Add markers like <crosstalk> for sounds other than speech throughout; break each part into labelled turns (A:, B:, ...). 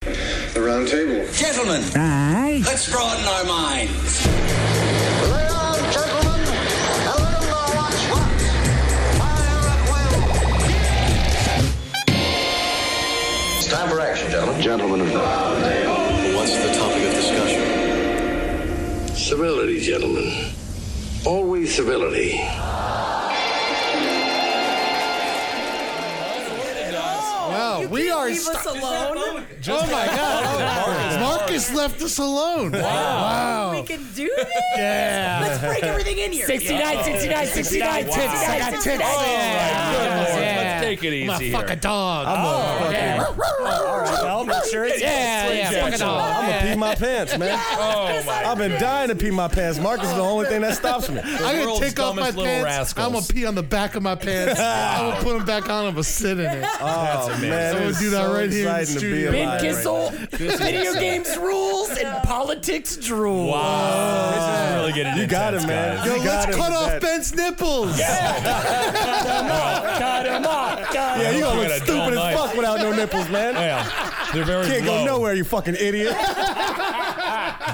A: the round table.
B: Gentlemen,
C: Aye.
B: let's broaden our minds.
A: It's time for action, gentlemen. Gentlemen of the round table. What's the topic of discussion? Civility, gentlemen. Always civility.
D: Wow,
E: You
D: we
E: can't
D: are.
E: leave
D: stu-
E: us alone.
D: oh my God! Oh, Marcus left us alone. Wow.
E: We can do <laughs> this.
D: Yeah.
E: Let's break everything in here.
F: 69, 69,
D: 69
F: 69, tits.
D: tits. I got tits.
E: Oh,
F: All right,
D: Yeah.
F: good lord.
D: Yeah.
F: Let's take it
D: I'm
F: easy
D: gonna
F: here.
D: fuck a dog.
G: Oh,
F: Yeah.
G: All right, I'll make sure it's
D: Yeah,
G: Slim
D: yeah,
G: Jim.
D: fuck it all.
G: I'm gonna pee my pants, man.
F: Oh my.
G: I've been dying to pee my pants. Marcus is the only thing that stops me.
D: I'm gonna
F: world's
D: take off my
F: dumbest little
D: pants. I'm gonna
F: rascals.
D: pee on the back of my
G: <laughs>
D: pants. I'm gonna put them back on. I'm gonna sit in it.
G: Oh man,
D: I'm gonna
G: it's
D: do that
G: so
D: right here in the
G: exciting to be
D: studio.
G: alive.
F: Ben Kissel, video games rules, and politics drool.
H: Wow, this is really getting
G: You got it, man.
D: Yo,
G: You got
D: let's
G: it
D: cut
G: with
D: off
G: that.
D: Ben's nipples.
F: Cut him off. Cut
G: Yeah, you gonna
H: Looking
G: look
H: at a
G: stupid
H: dull
G: as
H: knife.
G: fuck without no nipples, man.
H: Yeah, they're very <laughs>
G: Can't
H: low.
G: go nowhere, you fucking idiot. <laughs>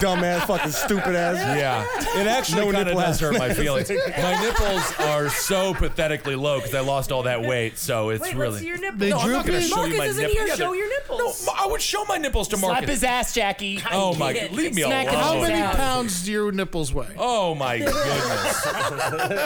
G: Dumbass, fucking stupid ass.
H: Yeah, it actually
G: No
H: kind of
G: nipple
H: does hurt my <laughs>
G: ass.
H: feelings. my nipples are so pathetically low because I lost all that weight, so it's
E: Wait,
H: really.
E: let's see your nipples.
D: They droop
H: gonna
D: in.
H: show you
E: Marcus
H: my
E: isn't
H: nipples.
E: here.
H: Yeah,
E: show
H: they're-
E: your nipples.
H: No, I would show my nipples to
F: Slap
H: Marcus.
F: his ass, Jackie.
H: <laughs> Oh my
E: Get
H: god,
E: it.
H: leave me
F: Smack
H: alone.
F: it.
D: How
F: Oh,
D: many
F: yeah.
D: pounds do your nipples weigh?
H: Oh my
F: <laughs>
H: goodness.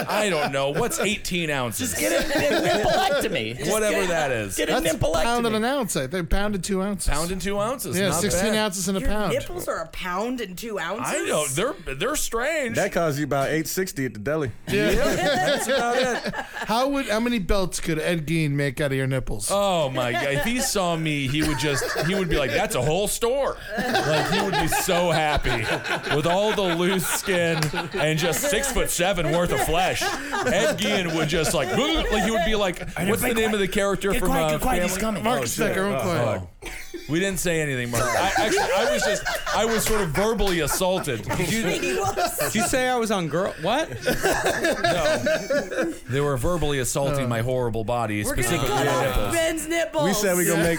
H: I don't know. What's 18 ounces?
F: Just get a, a nippleectomy. Just
H: Whatever
F: get,
H: that is.
F: Get a
D: That's a pound and an
F: nippleectomy.
D: ounce. I think pound and two ounces.
H: Pound and two ounces.
D: yeah,
H: not
D: 16
H: bad.
D: ounces in a
E: Your
D: pound.
E: nipples are a pound and two ounces.
H: I know they're they're strange.
G: That costs you about eight sixty at the deli.
D: How would how many belts could Ed Gein make out of your nipples?
H: Oh my god! If he saw me, he would just he would be like, "That's a whole store." Like he would be so happy with all the loose skin and just six foot seven worth of flesh. Ed Gein would just like, <laughs> like he would be like, "What's the name of the character
F: Get
H: from
F: quiet,
H: uh,
F: get quiet. He's
H: Family-
F: coming.
D: Marcus Becker, I'm quiet.
H: We didn't say anything, Mark. I, actually, I was just I was sort of verbally assaulted.
E: <laughs> He was.
I: Did you say I was on girl? What?
H: They were verbally
I: Oh.
H: assaulting my horrible body,
E: We're gonna
H: specifically
E: cut
H: my
E: off
H: nipples.
E: Ben's nipples.
G: We said we gonna make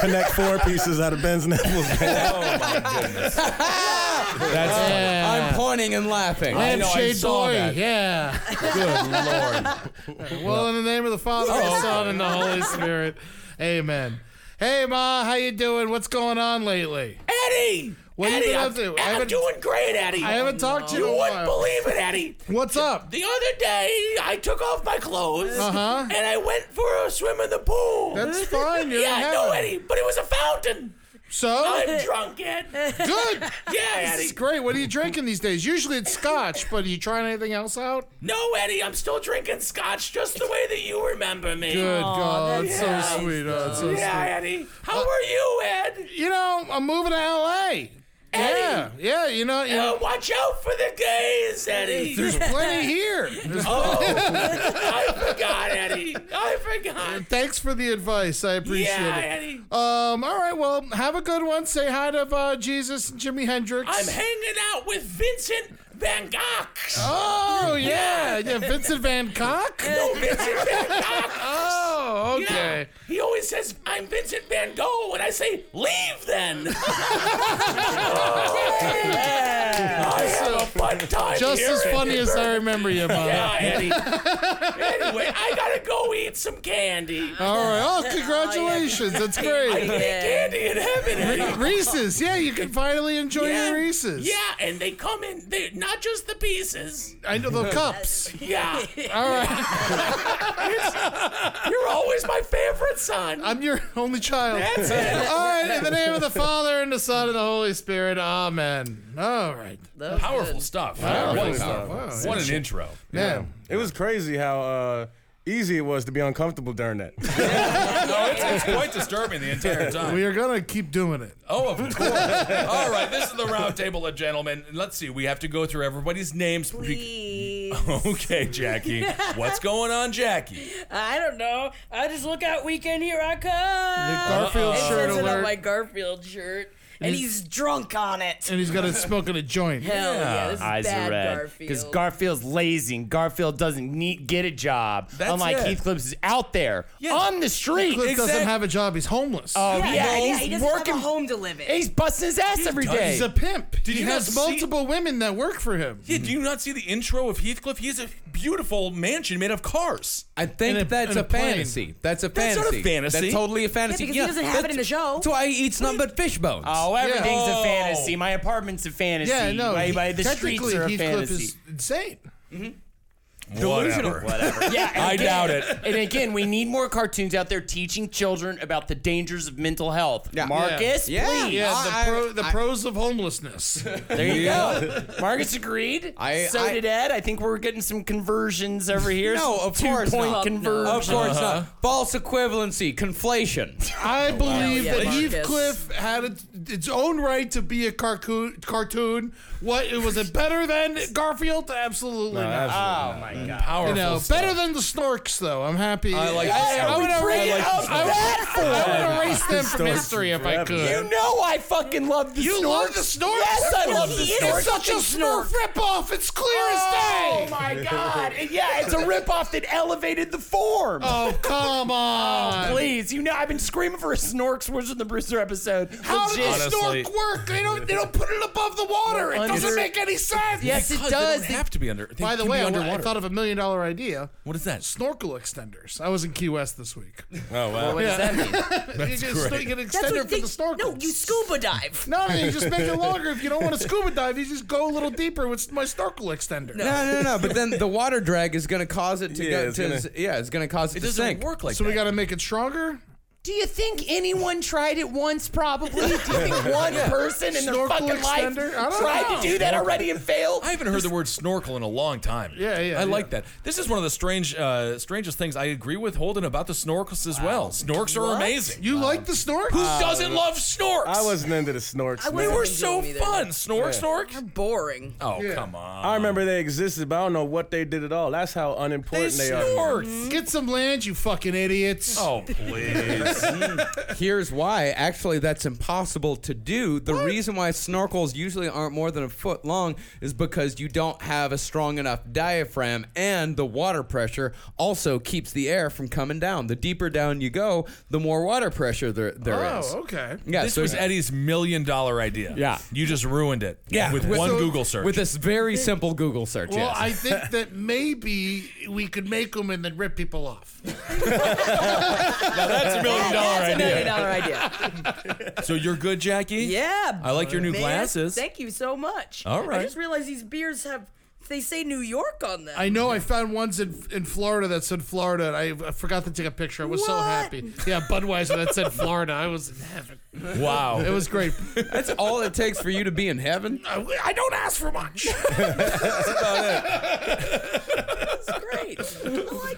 G: connect four pieces out of Ben's nipples. Man.
H: Oh my goodness! That's funny.
I: I'm pointing and laughing.
H: I know, I
D: Lampshade
H: saw
D: boy,
H: that.
D: yeah.
H: Good lord.
D: <laughs> Well, in the name of the Father, and the Son, and the Holy Spirit, Amen. Hey, Ma, how you doing? What's going on lately?
F: Eddie!
D: What you
F: Eddie,
D: been
F: I'm,
D: up to? I
F: I'm
D: haven't-
F: doing great, Eddie.
D: I haven't talked to you
F: You
D: in a
F: wouldn't
D: while.
F: believe it, Eddie.
D: What's up?
F: The other day, I took off my clothes
D: Uh-huh.
F: and I went for a swim in the pool.
D: That's fine. You're
F: yeah,
D: in
F: no,
D: heaven.
F: Eddie, but it was a fountain.
D: So <laughs>
F: I'm drunk, Ed. Yeah,
D: good. It's
F: Eddie.
D: great. What are you drinking these days? Usually it's Scotch, but are you trying anything else out?
F: No, Eddie, I'm still drinking scotch just the way that you remember me.
D: Good God, that's
F: nice,
D: so sweet. Oh, that's so
F: Yeah,
D: sweet.
F: Eddie.
D: Uh,
F: How are you, Ed?
D: You know, I'm moving to L.A. Yeah, yeah. You know, you
F: Uh,
D: know,
F: watch out for the gays,
D: <laughs>
F: Eddie.
D: there's plenty here. There's
F: I forgot, Eddie. I forgot.
D: Thanks for the advice. I appreciate
F: Yeah,
D: it.
F: Eddie.
D: Um, all right, well, have a good one. Say hi to uh, Jesus and Jimi Hendrix.
F: I'm hanging out with Vincent
D: <laughs>
F: Van Gogh.
D: Oh, yeah. Yeah, Vincent Van
F: <laughs>
D: Cock?
F: No, Vincent Van Gogh.
D: Oh,
F: You
D: <laughs>
F: know,
D: okay.
F: he always says, I'm Vincent Van Gogh, and I say, leave then.
D: <laughs>
F: Oh,
E: <laughs>
F: I have a fun time
D: Just
F: here
D: as
F: in
D: funny as I
F: Edinburgh.
D: remember you, Mom.
F: Yeah,
D: <laughs>
F: Eddie. anyway, I gotta go eat some
D: <laughs>
F: candy.
D: All right. Oh, congratulations. That's
F: I
D: great.
F: eat candy in heaven, Eddie.
D: Reese's. Yeah, you can finally enjoy your Reese's.
F: Yeah, and they come in. They not just the pieces.
D: I know the cups.
F: Yeah,
D: All right.
F: you're always my favorite son.
D: I'm your <laughs> only child.
F: That's it.
D: All right. In the name of the Father, and the Son, and the Holy Spirit. Amen. All right.
H: Powerful stuff. Wow,
D: Really
H: what,
D: Wow.
H: an intro.
D: Man.
G: It was crazy how uh, easy it was to be uncomfortable during that.
H: No, it's, it's quite disturbing the
F: <laughs>
H: entire time.
D: We are going to keep doing it.
H: Oh, of course. All right, this is the round table of gentlemen. Let's see, we have to go through everybody's names.
E: Please.
H: <laughs> Okay, Jackie. What's going on, Jackie?
E: I don't know. I just look out weekend. Here I come.
D: Garfield
E: it
D: shirt
E: says it on
D: alert.
E: my Garfield shirt. and he's drunk on it.
D: and he's got it smoking a joint.
E: Hell yeah, this is
F: Eyes
E: bad
F: are red
E: Garfield.
F: because Garfield's lazy and Garfield doesn't need, get a job.
H: That's
F: unlike
H: it.
F: Heathcliff is out there on the street.
D: Cliff doesn't
H: Exact-
D: have a job. He's homeless.
F: Oh
E: yeah,
F: yeah,
E: yeah,
F: he's
E: he doesn't
F: working.
E: have a home to live in.
F: He's busting his ass every
H: does.
F: day.
D: he's a pimp.
H: Did
D: he
H: you
D: has
H: not see-
D: multiple women that work for him.
H: Yeah, do you not see the intro of Heathcliff? He has a beautiful mansion made of cars.
B: I think
D: In a-
B: that's
D: in a
B: a,
D: plane.
B: fantasy. That's a
H: That's
B: fantasy.
H: not a fantasy.
B: That's totally a fantasy.
E: because he doesn't have it
B: that's-
E: in the show.
B: That's why he eats nothing but fish bones.
F: Oh, everything's
H: Oh.
F: a fantasy. My apartment's a fantasy.
D: Yeah, no.
F: My,
D: he-
F: my- the streets
D: technically,
F: are a
D: Heathcliff
F: fantasy.
D: is insane.
H: Delusional.
F: Whatever. <laughs> Yeah, and
H: I
F: again-
H: doubt it.
F: And again, we need more cartoons out there teaching children about the dangers of mental health.
B: Yeah.
F: Marcus,
B: Yeah.
F: please.
D: Yeah,
B: I-
D: the, pro,
B: I-
D: the pros of homelessness.
F: There you go. Marcus agreed.
B: I-
F: so
B: I-
F: did Ed. I think we're getting some conversions over here.
B: No,
F: Some
B: of course
F: two-point
B: not.
F: Conversion.
B: Of course
D: Uh-huh.
B: not. False equivalency, conflation.
D: I believe
E: Hell yeah,
D: that
E: Marcus.
D: Heathcliff had it, its own right to be a carcoon, cartoon. What was it better than Garfield? Absolutely not.
F: Oh my god.
H: Powerful.
D: You know,
H: stuff.
D: better than the Snorks, though. I'm happy.
H: I like
D: I,
H: the
D: I would
H: Snorks.
D: erase,
H: I like the
D: I would, I would erase them from
G: Snorks
D: history if I
G: forever.
D: could.
F: You know I fucking love the
D: You
F: Snorks.
D: love the Snorks?
F: Yes, I love the
D: He
F: Snorks.
D: is such a Snork ripoff. It's clear
F: Oh
D: as day.
F: my god. And <laughs> yeah, it's a ripoff that elevated the form.
D: Oh, come on.
F: <laughs> Please, you know I've been screaming for a Snorks was in the Brewster episode.
D: How did
F: Legit.
D: the
H: Honestly.
D: Snork work? They don't, they don't put it above the water. It doesn't
F: Under-
D: make any sense.
F: Yes, it
H: Because
F: does.
H: They don't have to be under. They
D: By the
H: can be
D: way, I, I
H: underwater.
D: thought of a million dollar idea.
H: what is that?
D: Snorkel extenders. I was in Key West this week.
H: Oh wow.
F: What does that mean?
D: you get,
H: great.
D: you get an
E: That's
D: extender
E: what
D: for
E: they,
D: the snorkel.
E: No, you scuba dive. <laughs>
D: No, no, you just make it longer. If you don't want to scuba dive, you just go a little deeper with my snorkel extender.
B: No, no, no. But then the water drag is going to cause
H: <laughs>
B: it to
G: Yeah,
B: go.
G: it's
B: to,
G: gonna-
B: yeah, it's going to cause it,
H: It
B: to
H: doesn't
B: sink.
H: work like
D: So
H: that.
D: we got to make it stronger.
F: Do you think anyone tried it once? Probably.
D: <laughs>
F: Do you think one person in their
D: Snorkel
F: fucking life
D: extender? I don't
F: tried
D: know.
F: to do that already and failed?
H: I haven't heard the word snorkel in a long time.
D: Yeah, yeah, yeah.
H: I like that. This is one of the strange, uh, strangest things I agree with Holden about the snorkels as well. Snorks are amazing.
D: You like the snork?
H: Who doesn't love snorks?
G: I wasn't into the snorks.
E: I
G: man.
H: They
E: wasn't
H: were
E: into
H: so
E: them either.
H: fun. Snork, snork.
E: Boring.
H: Oh come on.
G: I remember they existed, but I don't know what they did at all. That's how unimportant they, are.
E: Uh,
H: snorked.
D: Get some land, you fucking idiots.
H: Oh please.
B: Here's why. Actually, that's impossible to do. The reason why snorkels usually aren't more than a foot long is because you don't have a strong enough diaphragm, and the water pressure also keeps the air from coming down. The deeper down you go, the more water pressure there there is.
D: Oh, okay.
B: Yeah,
H: This
B: so
H: was Eddie's million dollar idea.
B: Yeah.
H: You just ruined it.
B: Yeah.
H: With
B: With-
H: one
B: so-
H: Google search.
B: with this very simple Google search.
D: Well,
B: yes.
D: I think that maybe we could make them and then rip people off.
H: now that's a million dollar
E: That's a million
H: idea.
E: dollar idea.
H: So you're good, Jackie?
E: Yeah.
H: I like your new
E: man.
H: glasses.
E: Thank you so much.
H: All right.
E: I just realized these beers have they say New York on them.
D: I know I found ones in in Florida that said Florida, and I, I forgot to take a picture. I was so
E: What?
D: happy. Yeah, Budweiser that said Florida. I was in heaven.
H: Wow.
D: It was great.
B: That's all it takes for you to be in heaven.
D: I, I don't ask for much.
E: That's great. I like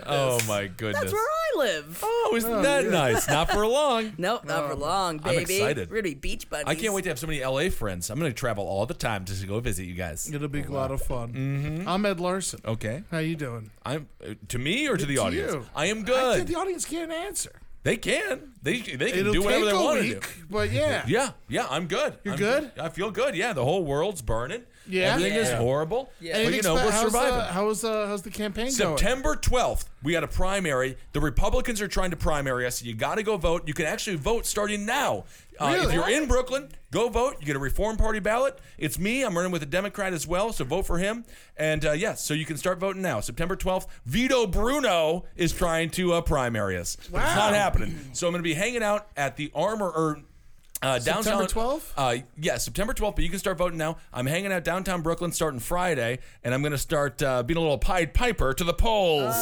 E: this.
H: oh my goodness.
E: That's where I live.
H: Oh, isn't that nice? Not for long.
E: Nope, not for long, baby.
H: Um, excited.
E: We're gonna be beach buddies.
H: I can't wait to have so many LA friends. I'm going to travel all the time just to go visit you guys.
D: It'll be a lot of fun. I'm Ed Larson.
H: Okay.
D: How you doing?
H: I'm uh, to me or to the
D: To
H: audience?
D: you.
H: I am
D: I said
H: good.
D: the audience can't answer.
H: they can. They they can
D: It'll
H: do whatever
D: take
H: they
D: a
H: want
D: week,
H: to do.
D: but yeah.
H: <laughs> Yeah, yeah, I'm good.
D: You're
H: I'm
D: good?
H: I feel good. Yeah, the whole world's burning.
D: Yeah?
H: everything is
E: Yeah.
H: horrible.
E: Yeah.
H: but you know we're
D: how's,
H: surviving.
D: Uh, how's uh, how's the campaign going?
H: September 12th, we got a primary. The Republicans are trying to primary us. You got to go vote. You can actually vote starting now. Uh,
D: Really?
H: If you're in Brooklyn, go vote. You get a Reform Party ballot. It's me. I'm running with a Democrat as well, so vote for him. And uh, yes, so you can start voting now. September 12th, Vito Bruno is trying to uh, primary us. But It's not happening. So I'm going to be hanging out at the Armor or. Uh, downtown,
D: 12th?
H: uh, yeah, September 12th, but you can start voting now. I'm hanging out downtown Brooklyn starting Friday, and I'm going to start uh, being a little Pied Piper to the polls.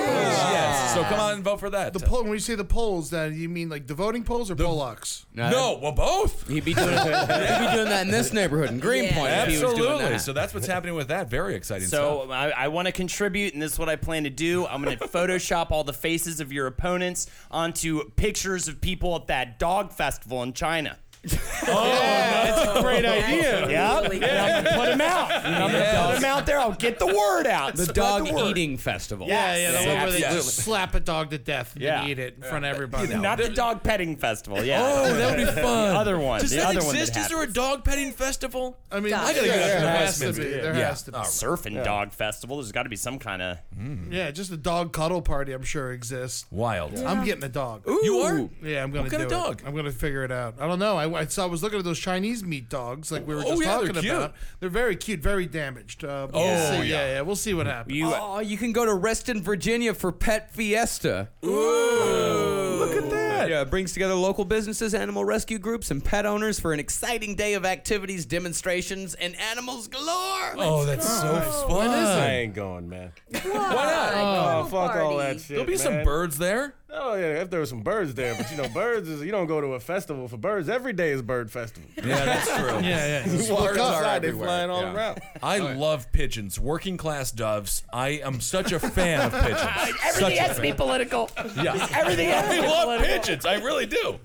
H: Yes, so come on and vote for that.
D: The poll. When you say the polls, then you mean like the voting polls or Pollocks?
H: no, well, both.
B: He'd be
H: <laughs>
B: doing he'd be doing that in this neighborhood in Greenpoint. if he was doing
H: Absolutely.
B: that.
H: So that's what's happening with that. Very exciting
F: So
H: stuff.
F: I, I want to contribute, and this is what I plan to do. I'm
B: <laughs>
F: going to Photoshop all the faces of your opponents onto pictures of people at that dog festival in China.
H: that's a great idea.
E: Yeah.
H: I'm gonna put him out. I'm gonna put him out there. I'll get the word out.
B: The
H: Spread
B: dog
H: word.
B: eating festival.
D: Yeah, yeah, the
H: Yeah,
D: one where they
H: absolutely.
D: just slap a dog to death and
H: Yeah.
D: eat it in front of everybody.
H: Not the dog petting festival. Yeah.
B: Oh, that would be
H: the
B: fun.
H: other one.
F: Does
H: the
F: that
H: other
F: exist?
H: One
F: Is there a dog petting festival?
D: I mean,
E: I gotta
D: yeah,
E: get
D: yeah,
F: up to
D: there has to
F: Westminster.
D: be. There
J: Yeah.
D: has to be.
H: Surfing dog festival. There's got to be some kind of.
D: Yeah, just a dog cuddle party. I'm sure exists.
F: Wild.
D: I'm getting a dog.
F: You are?
D: Yeah, I'm gonna
F: What kind
D: do
F: of
D: it.
F: dog?
D: I'm gonna figure it out. I don't know. I, I saw. I was looking at those Chinese meat dogs, like we were
F: Oh,
D: just
F: yeah, they're
D: talking
F: cute.
D: about. They're very cute, very damaged. Uh, oh
F: Oh,
D: yeah.
F: yeah.
D: yeah, yeah. We'll see what happens.
H: You
B: Oh, you can go to Reston, Virginia for Pet Fiesta.
H: look at that.
B: Yeah, it brings together local businesses, animal rescue groups, and pet owners for an exciting day of activities, demonstrations, and animals galore.
F: Oh, that's so fun.
H: I ain't going, man.
E: Why?
G: Oh, fuck all that shit.
F: There'll be some
G: man.
F: birds there.
G: Oh yeah, if there was some birds there, but you know, birds is you don't go to a festival for birds. Every day is bird festival.
F: <laughs> Yeah, that's true.
D: yeah, yeah.
G: You walk
F: Birds are
G: outside, they
F: everywhere.
G: flying all
F: Yeah.
G: around.
F: I love pigeons, working class doves. I am such a fan of pigeons.
H: Everything
F: Such a
H: has to be political.
F: <laughs> Yeah.
H: Everything has to <laughs>
F: I
H: be
F: love
H: political.
F: pigeons. I really do.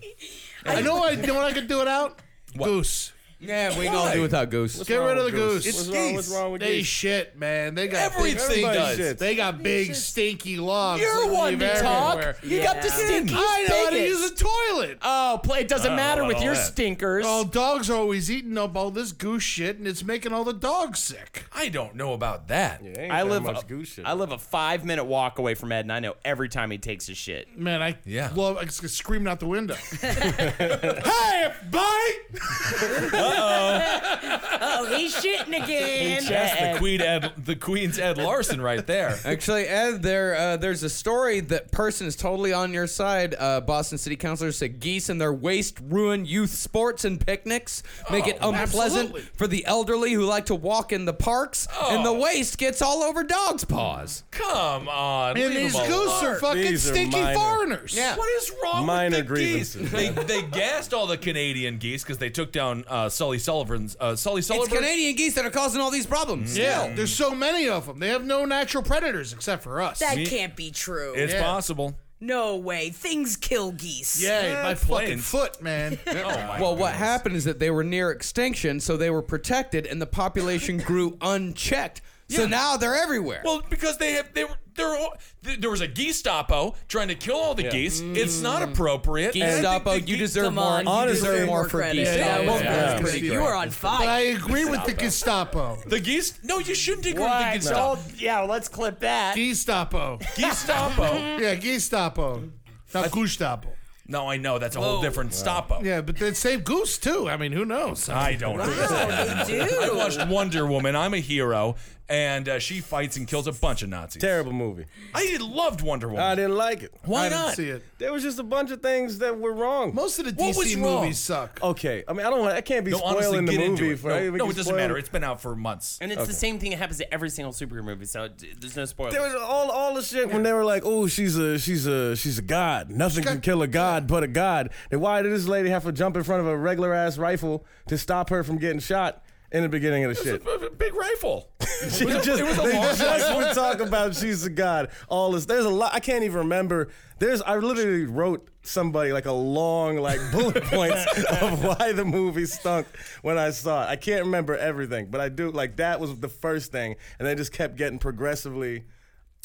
D: I know. I you know. What I could do it out. Goose.
B: Yeah, we gonna do without goose.
D: Get rid of the goose.
G: What's wrong, what's wrong with
D: They
G: geese?
D: shit, man. They got big-
F: Everything
G: Everybody
F: does.
G: shits.
D: They got big stinky logs.
H: You're
D: that
H: one
D: leave
H: to
D: everywhere.
H: talk. You got the stinky
D: I know how to
H: stinkers.
D: use a toilet.
F: Uh,
H: Oh, play. It doesn't matter
F: know
H: with
F: about
H: your
F: all that.
H: stinkers.
B: Oh,
D: Well, dogs are always eating up all this goose shit, and it's making all the dogs sick.
F: I don't know about that.
G: They ain't
H: I
G: got
H: live.
G: much
H: A,
G: goose shit.
H: I live a five minute walk away from Ed, and I know every time he takes his shit.
D: Man, I
F: Yeah.
D: love I s- screaming out the <laughs> window.
F: Hey, bite!
E: <laughs> Oh, he's shitting again.
F: That's the Queen Ed, the Queen's Ed Larson right there.
B: Actually, Ed, there uh, there's a story that person is totally on your side. Uh, Boston City Councilors said geese and their waste ruin youth sports and picnics, make it unpleasant
D: absolutely.
B: for the elderly who like to walk in the parks, and the waste gets all over dogs' paws.
F: Come on,
D: and
F: leave
D: these
F: them alone.
D: goose are fucking
G: These are
D: stinky
G: minor.
D: foreigners. Yeah.
F: What is wrong
G: Minor
F: with the geese?
G: grievances.
F: They, they gassed all the Canadian geese because they took down uh, Sully Sullivan's. Uh, Sully
B: It's
F: Sullivan.
B: Canadian geese that are causing all these problems.
D: Yeah, there's so many of them. They have no natural predators except for us.
E: That
F: Me-
E: can't be true.
F: It's possible.
E: no way. Things kill geese.
D: yeah, my fucking
F: planes.
D: foot, man.
F: Oh my
B: Well, what happened is that they were near extinction, so they were protected, and the population <laughs> grew unchecked. So now they're everywhere.
F: Well, because they have they were they're all, th- there was a Gestapo trying to kill all the geese. It's not appropriate.
B: Gestapo, Oh, you deserve
E: Come
B: more.
E: on,
B: You
E: you
B: deserve
E: deserve
B: more
E: more
B: for
E: credit.
B: Gestapo.
E: Yeah,
F: yeah, yeah.
B: That's pretty
E: You
B: great.
E: were on
D: But I
E: fire.
D: agree with the Gestapo.
F: The geese? No, you shouldn't agree
H: Why?
F: with the Gestapo.
H: Don't- yeah, well, let's clip that.
D: Gestapo.
F: Gestapo.
D: Yeah, Gestapo. Not Gestapo.
F: no, I know that's a whole different Stapo.
D: Yeah, but they save goose too. I mean, who knows?
F: I don't know.
E: Oh, they
F: <laughs> I
E: do.
F: watched Wonder Woman. I'm a hero, and uh, she fights and kills a bunch of Nazis.
G: Terrible movie.
F: I loved Wonder Woman.
G: I didn't like it.
F: Why
D: I didn't
F: not?
D: see it.
G: There was just a bunch of things that were wrong.
D: Most of the
F: What was
D: DC
F: wrong?
D: movies suck.
G: Okay, I mean, I don't. I can't be
F: No,
G: spoiling
F: honestly,
G: the
F: get
G: movie
F: into it.
G: for.
F: No,
G: we
F: no,
G: can
F: it doesn't
G: spoil-
F: matter. It's been out for months.
H: And it's the same thing that happens to every single superhero movie, so d- there's no spoilers.
G: There was all all the shit when they were like, "Oh, she's a she's a she's a god. Nothing can kill a god but a god." Then why did this lady have to jump in front of a regular ass rifle to stop her from getting shot in the beginning of the shit?
F: a big rifle.
G: <laughs> She
F: was a-
G: just,
F: it was a
G: they
F: long
G: just would talk about she's a god. All this. There's a lot. I can't even remember. There's. I literally wrote somebody like a long like <laughs> bullet points of why the movie stunk when I saw it. I can't remember everything, but I do. Like that was the first thing, and they just kept getting progressively.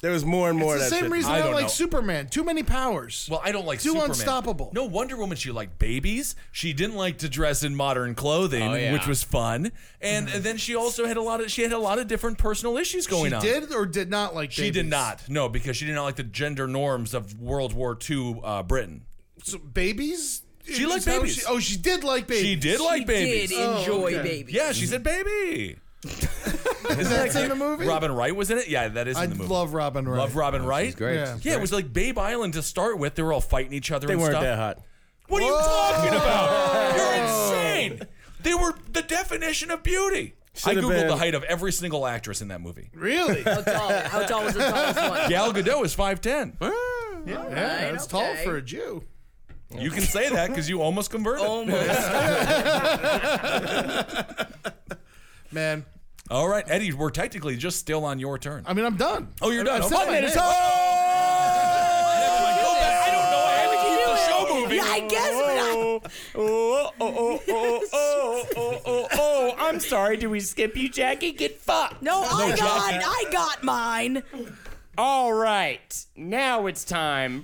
G: There was more and more.
D: It's the
G: of that
D: same
G: shit.
D: reason
F: I
D: I, don't
F: don't
D: like
F: know.
D: Superman. Too many powers.
F: Well, I don't like
D: Too
F: Superman.
D: unstoppable.
F: No Wonder Woman. She liked babies. She didn't like to dress in modern clothing, which was fun. And, and then she also had a lot of she had a lot of different personal issues going
D: she
F: on.
D: did or did not like.
F: She did
D: babies?
F: not. No, because she did not like the gender norms of World War II uh, Britain.
D: So, babies. Is
F: She liked
D: that what
F: babies.
D: she- oh, she did like babies.
F: She did like babies.
E: Did
H: Oh,
E: enjoy babies.
F: Yeah, she said baby.
D: Is that in the movie?
F: Robin Wright was in it. Yeah, that is in
D: I
F: the movie.
D: love Robin Wright.
F: Love
G: Oh,
F: Robin Wright.
B: Great.
D: Yeah.
F: Yeah, it was like Babe Island to start with. They were all fighting each other.
G: They
F: and
G: weren't
F: stuff.
G: that hot.
F: What are you talking about? You're insane. They were the definition of beauty. I
G: Should've
F: googled
G: been-
F: the height of every single actress in that movie. <laughs>
D: Really?
E: How tall? How tall was the tallest
H: <laughs>
E: one?
F: Gal Gadot is five ten.
D: yeah, that's tall
E: okay.
D: for a Jew.
F: You can say that because you almost converted.
E: Oh Almost.
D: Man,
F: All right, Eddie, we're technically just still on your turn.
D: I mean, I'm done.
F: oh, you're done.
D: I've
F: Oh,
D: said
F: my
D: my
F: minute is
D: name.
F: up. Never mind.
E: Yeah, I
F: Go back. I don't know. I had to keep the show moving.
E: guess.
G: Oh, oh, oh, oh, oh,
H: I'm sorry. Do we skip you, Jackie? Get fucked.
E: No, I got, I got mine.
H: All right. Now it's time.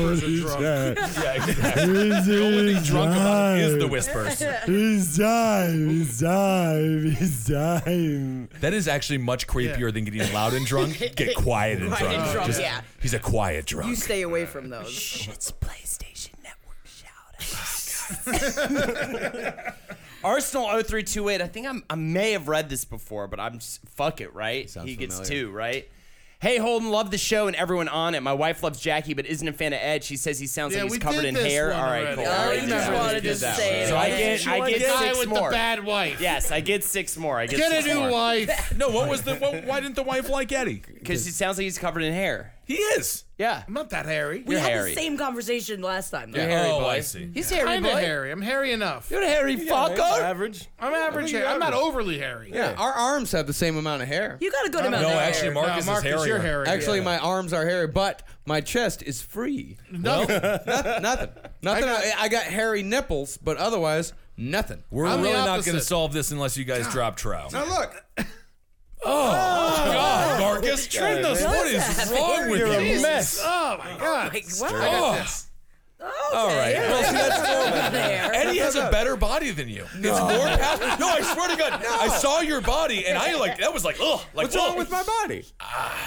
F: Yeah, exactly. the only thing drunk about it is the whispers.
G: It's time. It's time. It's time.
F: That is actually much creepier than getting loud and drunk. Get quiet and drunk.
E: and drunk,
F: Just-
E: yeah.
F: He's a quiet
E: You
F: drunk.
E: stay away from those.
C: It's PlayStation Network shout
H: Arsenal 0328. I think I'm, I may have read this before, but I'm s- fuck it, right?
B: Sounds
H: he gets
B: familiar.
H: two, right? Hey, Holden, love the show and everyone on it. My wife loves Jackie, but isn't a fan of Ed. She says he sounds
D: Yeah,
H: like
D: we
H: he's covered
D: did
H: in
D: this
H: hair.
D: one
H: All right,
D: already.
H: cool.
D: I
H: All right,
E: you
H: we
E: just
H: did that.
E: wanted
H: We
E: to
H: did that
E: say
H: one.
E: it.
H: So I
E: Yeah.
H: get,
E: She
H: I
E: wanted
H: get
E: to
D: Guy
H: six
D: with
H: more.
D: the bad wife.
H: Yes, I get six more. I get,
D: Get
H: six
D: a new
H: more.
F: <laughs>
D: wife.
F: No, what was the? What, why didn't the wife like Eddie?
H: Because it sounds like he's covered in hair.
F: He is.
H: Yeah.
D: I'm not that hairy.
E: We
H: You're
E: had
H: hairy.
E: the same conversation last time. Though.
H: hairy
F: oh,
H: boy.
F: I see.
H: He's hairy,
D: I'm
H: boy.
D: not hairy. I'm hairy enough.
H: You're a hairy fucker.
G: Average.
D: I'm average hairy. I'm not overly hairy.
B: Yeah, our arms have the same amount of hair.
E: You got a good amount
F: No,
E: of hair.
F: actually,
D: No,
F: Marcus,
D: Marcus,
F: is hairier.
D: you're hairy.
B: Actually, my arms are hairy, but my chest is
H: <laughs>
B: free.
D: no,
B: Nothing. Nothing. I got, I, got hairy nipples, but otherwise, nothing.
F: We're
D: I'm the
F: really not going to
D: opposite.
F: solve this unless you guys drop trout.
G: Now look.
H: <laughs>
F: God, Marcus, trim those. What is wrong with
G: You're a
F: you?
G: mess.
D: oh my god.
E: Wow.
F: All right. Well, see, that's normal.
E: There.
F: Eddie has a better body than you. It's more powerful. No, I swear to God, I saw your body, and I like that was like, ugh, like
B: What's wrong with my body?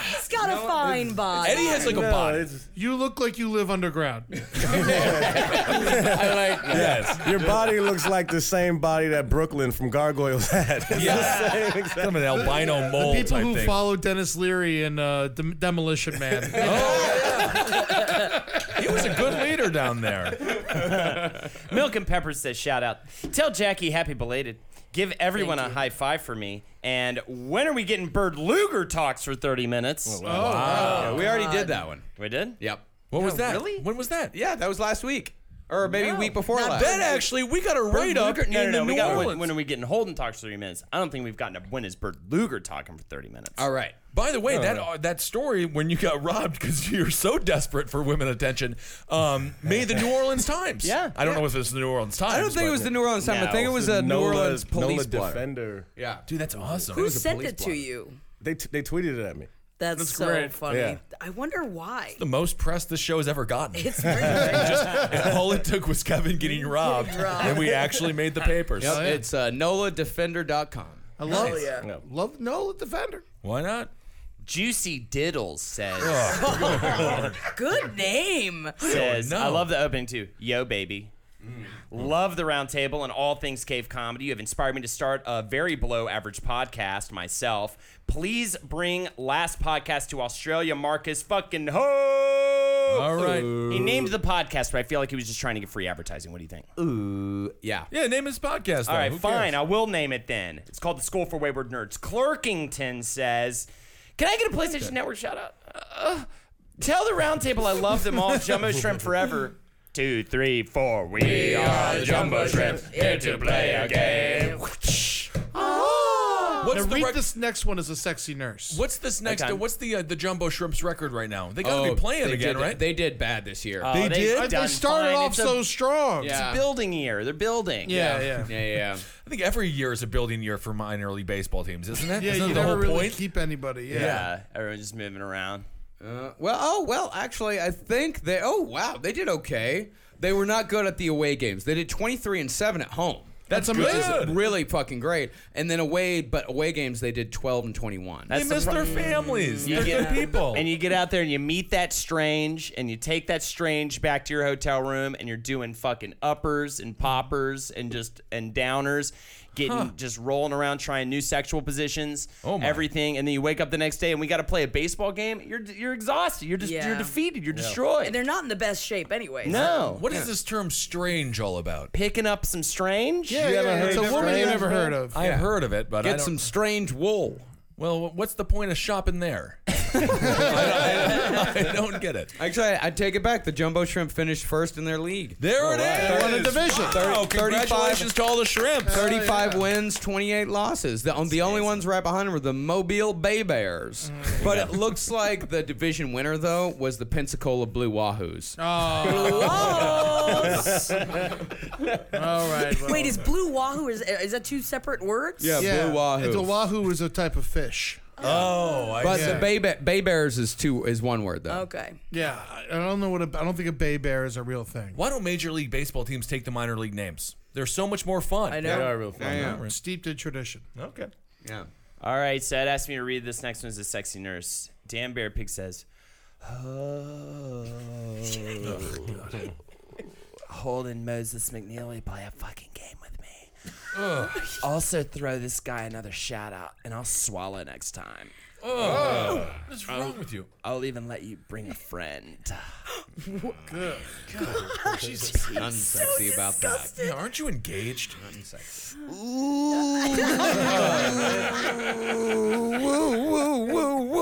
E: He's got a fine body.
F: Eddie has like a
G: No,
F: body.
G: it's-
D: You look like you live underground.
B: I like.
F: Yes.
G: your body looks like the same body that Brooklyn from Gargoyles <laughs> had.
F: Yeah. Kind of an albino mole
D: People
F: type
D: who
F: thing.
D: follow Dennis Leary and uh, Dem- Demolition Man. Oh,
F: He was a good leader down there.
H: Milk and Pepper says, shout out. Tell Jackie happy belated. Give everyone a high five for me. And when are we getting Bird Luger talks for 30 minutes?
B: Yeah, we already did that one.
H: We did?
B: Yep.
F: What was that?
H: really?
F: When was that?
B: Yeah, that was last week, or maybe week before last.
F: That actually, we got a
H: Bird
F: write up
H: Luger-
F: in
H: no, no,
F: the
H: no. We
F: New
H: got
F: Orleans.
H: when, when are we getting Holden talks for 30 minutes? I don't think we've gotten a when is Bird Luger talking for 30 minutes.
B: All right.
F: By the way, that uh, that story when you got robbed because you're so desperate for women attention um, made the New Orleans Times.
H: Yeah.
F: I don't know if it's the New Orleans Times.
B: I don't think it
F: but-
B: was the New Orleans time. I
H: No,
B: think it was a New
G: Nola-
B: Orleans police
G: Nola
B: blotter.
G: defender.
B: Yeah.
F: Dude, that's awesome.
E: Who
F: It was
E: sent
B: police
E: it to
B: blotter.
E: you?
G: They, t- they tweeted it at me.
E: That's, so
D: great.
E: funny.
G: Yeah.
E: I wonder why.
F: the most press this show has
B: <laughs>
F: ever gotten.
E: <laughs> It's very
F: And all it took was Kevin getting robbed, and we actually made the papers.
B: Yep, It's uh, noladefender.com.
D: I love,
E: yeah.
D: love Nola Defender.
F: Why not? Oh,
H: Juicy Diddles says,
E: good name.
H: says
F: <laughs> no. Mm.
H: I love the opening too. Yo, baby. Love the round table and all things cave comedy. You have inspired me to start a very below average podcast myself. Please bring last podcast to Australia, Marcus fucking ho.
F: All right.
H: He named the podcast, but I feel like he was just trying to get free advertising. What do you think?
B: Yeah.
F: Yeah, name his podcast.
H: All right, fine. I will name it then. It's called The School for Wayward Nerds. Clerkington says, Can I get a PlayStation Network shout out? Uh, tell the roundtable I love them
F: <laughs>
H: all. Jumbo Shrimp forever. Two, three, four. We, are the Jumbo Shrimp here to play a game.
F: Ah! What's
D: Now
F: the
D: read
F: rec-
D: this next one as a sexy nurse.
F: What's this next?
H: Okay.
F: what's the uh, the Jumbo Shrimps record right now? They gotta
B: Oh,
F: be playing
B: they
F: again,
B: did,
F: right?
B: They did bad this year.
H: Oh, they've
F: did?
D: They
H: done
D: started
H: fine.
D: off
H: It's a-
D: so strong.
B: Yeah.
H: Building year. They're building.
D: Yeah, yeah.
B: yeah, yeah.
F: I think every year is a building year for minor league baseball teams, isn't it?
D: Yeah,
F: Isn't
D: you
F: that the
D: never
F: whole
D: really
F: point?
D: keep anybody. Yeah.
H: Yeah. Everyone's just moving around.
B: Uh, well, oh well. Actually, I think they. Oh wow, they did okay. They were not good at the away games. They did twenty three and seven at home.
F: That's
B: Which is
F: amazing.
B: really fucking great. And then away, but away games they did twelve and twenty one.
F: They miss their families. They're good people.
H: And you get out there and you meet that strange, and you take that strange back to your hotel room, and you're doing fucking uppers and poppers and just and downers, getting just rolling around trying new sexual positions,
F: Oh my.
H: everything. And then you wake up the next day, and we got to play a baseball game. You're you're exhausted. You're just you're
E: Yeah.
H: defeated. You're destroyed.
E: And they're not in the best shape anyway.
H: no.
F: what is this term "strange" all about?
H: Picking up some strange.
D: Yeah, yeah, yeah. It's a woman you never heard of.
F: I've heard of it, but I
B: Get
F: don't-
B: some strange wool.
F: Well, what's the point of shopping there? <laughs> I, I- I don't get it.
B: Actually, I, I take it back. The jumbo shrimp finished first in their league.
F: There it is.
D: They won a division.
B: Oh,
F: Wow, Oh, congratulations to all the shrimps.
H: Uh,
B: 35 wins, 28 losses. The, the only ones right behind them were the Mobile Bay Bears. But it looks like the division winner, though, was the Pensacola Blue Wahoos.
D: Oh,
H: <laughs>
D: All right. well,
E: Wait, is blue wahoo is, is that two separate words?
B: yeah,
D: yeah.
B: Blue Wahoo.
D: It's a wahoo is a type of fish.
F: Oh, I
B: but
F: see.
B: the Bay, Ba- Bay Bears is two is one word, though.
E: Okay.
D: Yeah, I I don't know what a, I don't think a bay bear is a real thing.
F: Why don't Major League Baseball teams take the minor league names? They're so much more fun.
E: I know.
G: They are real fun.
D: Steeped in tradition.
F: Okay.
B: Yeah.
H: All right, so it asked me to read this next one as a sexy nurse. Dan Bear Pig says, oh, holding Moses McNeely play a fucking game with me. also throw this guy another shout out, and I'll swallow next time.
E: Oh.
F: What's wrong with you?
H: I'll even let you bring a friend.
B: Nothing sexy about that.
F: Yeah, aren't you engaged?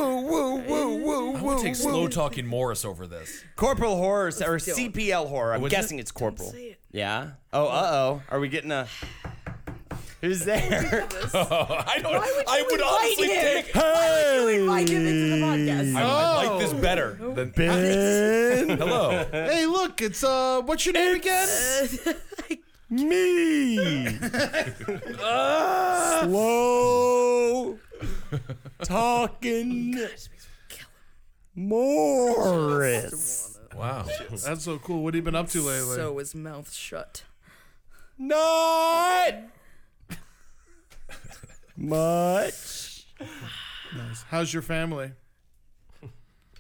F: I would take slow talking Morris over this.
H: Corporal Horror, or
E: do it.
H: CPL Horror. I'm
F: What's
H: guessing it's Corporal.
E: Say it.
H: Yeah? Oh, uh oh. Are we getting a. Who's
E: <laughs>
H: <laughs> there?
F: I don't.
E: Why would
F: I
E: you
F: would
E: invite
F: honestly
E: him?
F: take.
E: You invite him into the podcast.
F: I, I like this better than
E: Oh.
F: hello.
D: Oh, Hey, look, it's uh, what's your name again? <laughs>
H: <laughs>
G: Me.
H: <laughs>
G: Slow talking Morris.
F: Wow.
D: That's so cool. What have you been up to lately? <laughs>
E: So his mouth shut.
G: Not much.
D: How's your family?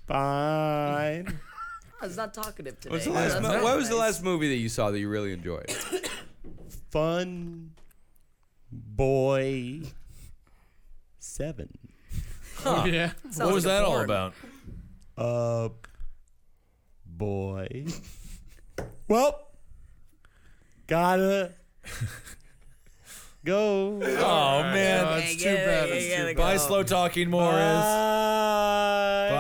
G: Fine.
E: I was not talkative today.
B: Last
E: That's
B: mo-
E: not
B: what was the
E: nice.
B: last movie that you saw that you really enjoyed?
G: Fun boy. Seven.
D: Yeah.
E: Sounds
F: What was
E: like a
F: that all
E: porn.
F: about?
G: Uh, boy. well, gotta go.
F: Oh man.
D: That's too bad. Uh, It's too
F: Bye, slow talking Morris.
G: Bye.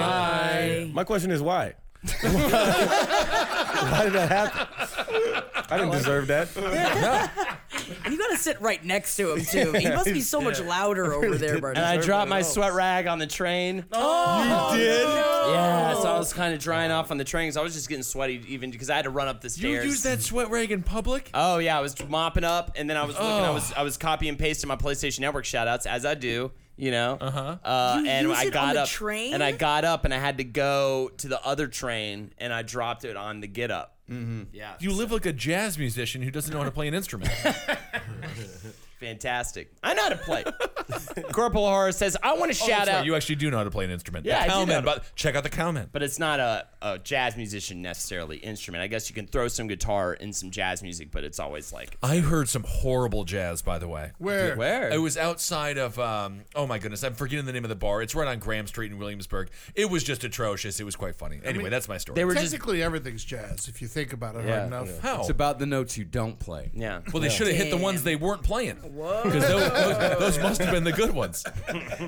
F: Bye.
G: My question is why? <laughs> why did that happen? I didn't deserve that.
E: And you gotta sit right next to him too. He must be so
H: <laughs>
E: much louder over there, Barney.
H: And <laughs> I dropped my sweat rag on the train.
G: you did?
H: Yeah, so I was kind of drying off on the train because I was just getting sweaty even because I had to run up the
F: You
H: stairs.
F: use that sweat rag in public?
H: Oh yeah, I was mopping up and then I was looking.
F: Oh.
H: I was I was copy and pasting my PlayStation Network shoutouts as I do. You know, uh-huh. uh
E: You
H: And
E: use
H: I
E: it on
H: got
E: the
H: up,
E: train?
H: and I got up, and I had to go to the other train, and I dropped it on the get up.
F: Mm-hmm. You live like a jazz musician who doesn't know how to play
H: <laughs>
F: an instrument.
H: Fantastic! I know how to play. <laughs> Corporal Horror says, "I want to shout
F: Oh, That's right,
H: out."
F: You actually do know how to play an instrument.
H: Yeah, I
F: the
H: do know
F: cowman,
H: how to-
F: but check out the cowman.
H: but it's not a, a jazz musician necessarily instrument. I guess you can throw some guitar in some jazz music, but it's always like
F: I heard some horrible jazz, by the way.
D: Where?
B: Where?
F: It was outside of, um, oh my goodness, I'm forgetting the name of the bar. It's right on Graham Street in Williamsburg. It was just atrocious. It was quite funny. Anyway, that's my story.
H: they were just
D: Technically, everything's jazz if you think about it hard enough.
F: How?
B: It's about the notes you don't play.
H: yeah.
F: well, they should have hit the ones they weren't playing. Whoa. Because those, those, those must have been the good ones.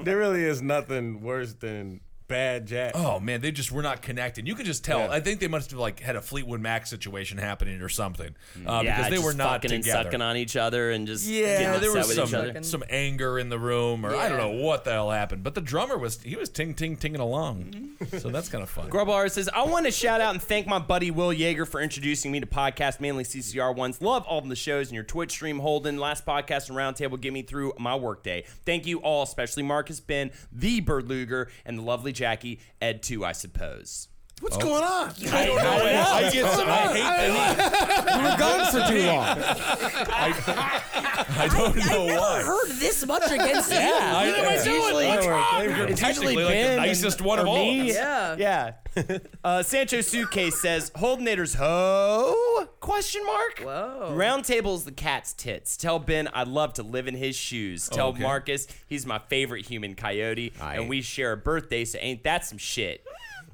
G: There really is nothing worse than bad jazz.
F: Oh, man, they just were not connecting. You could just tell. I think they must have like had a Fleetwood Mac situation happening or something. Uh,
H: yeah,
F: because they
H: just
F: were not
H: fucking
F: together.
H: and sucking on each other and just
F: Yeah,
H: getting
F: there
H: upset
F: was
H: with each other.
F: some, some anger in the room, or I don't know what the hell happened. But the drummer was he was ting ting tinging along, so that's kind of fun.
H: Grubbar says, I want to shout out and thank my buddy Will Yeager for introducing me to podcast, mainly CCR ones. Love all of the shows and your Twitch stream, Holden. Last podcast and roundtable get me through my workday. Thank you all, especially Marcus Ben, the Bird Luger, and the lovely Jackie, Ed too, I suppose.
D: What's going on?
F: I don't know. I, get some, I hate that.
B: You were gone for too long.
F: I don't
E: I
F: know
E: never
F: why.
E: heard this much against
H: <laughs>
E: you. Yeah,
F: I-
H: it's usually,
G: I don't know.
H: it's usually
F: Technically, like the
H: Ben
F: nicest
H: and-
F: one of
H: or
F: all of
H: me.
F: us.
E: Yeah.
H: <laughs> yeah. Uh, Sancho Suitcase says, "Holdenators hoe?" Question mark. Whoa. Roundtable's the cat's tits. Tell Ben I'd love to live in his shoes. Tell
F: okay.
H: Marcus he's my favorite human coyote, and we share a birthday, so ain't that some shit?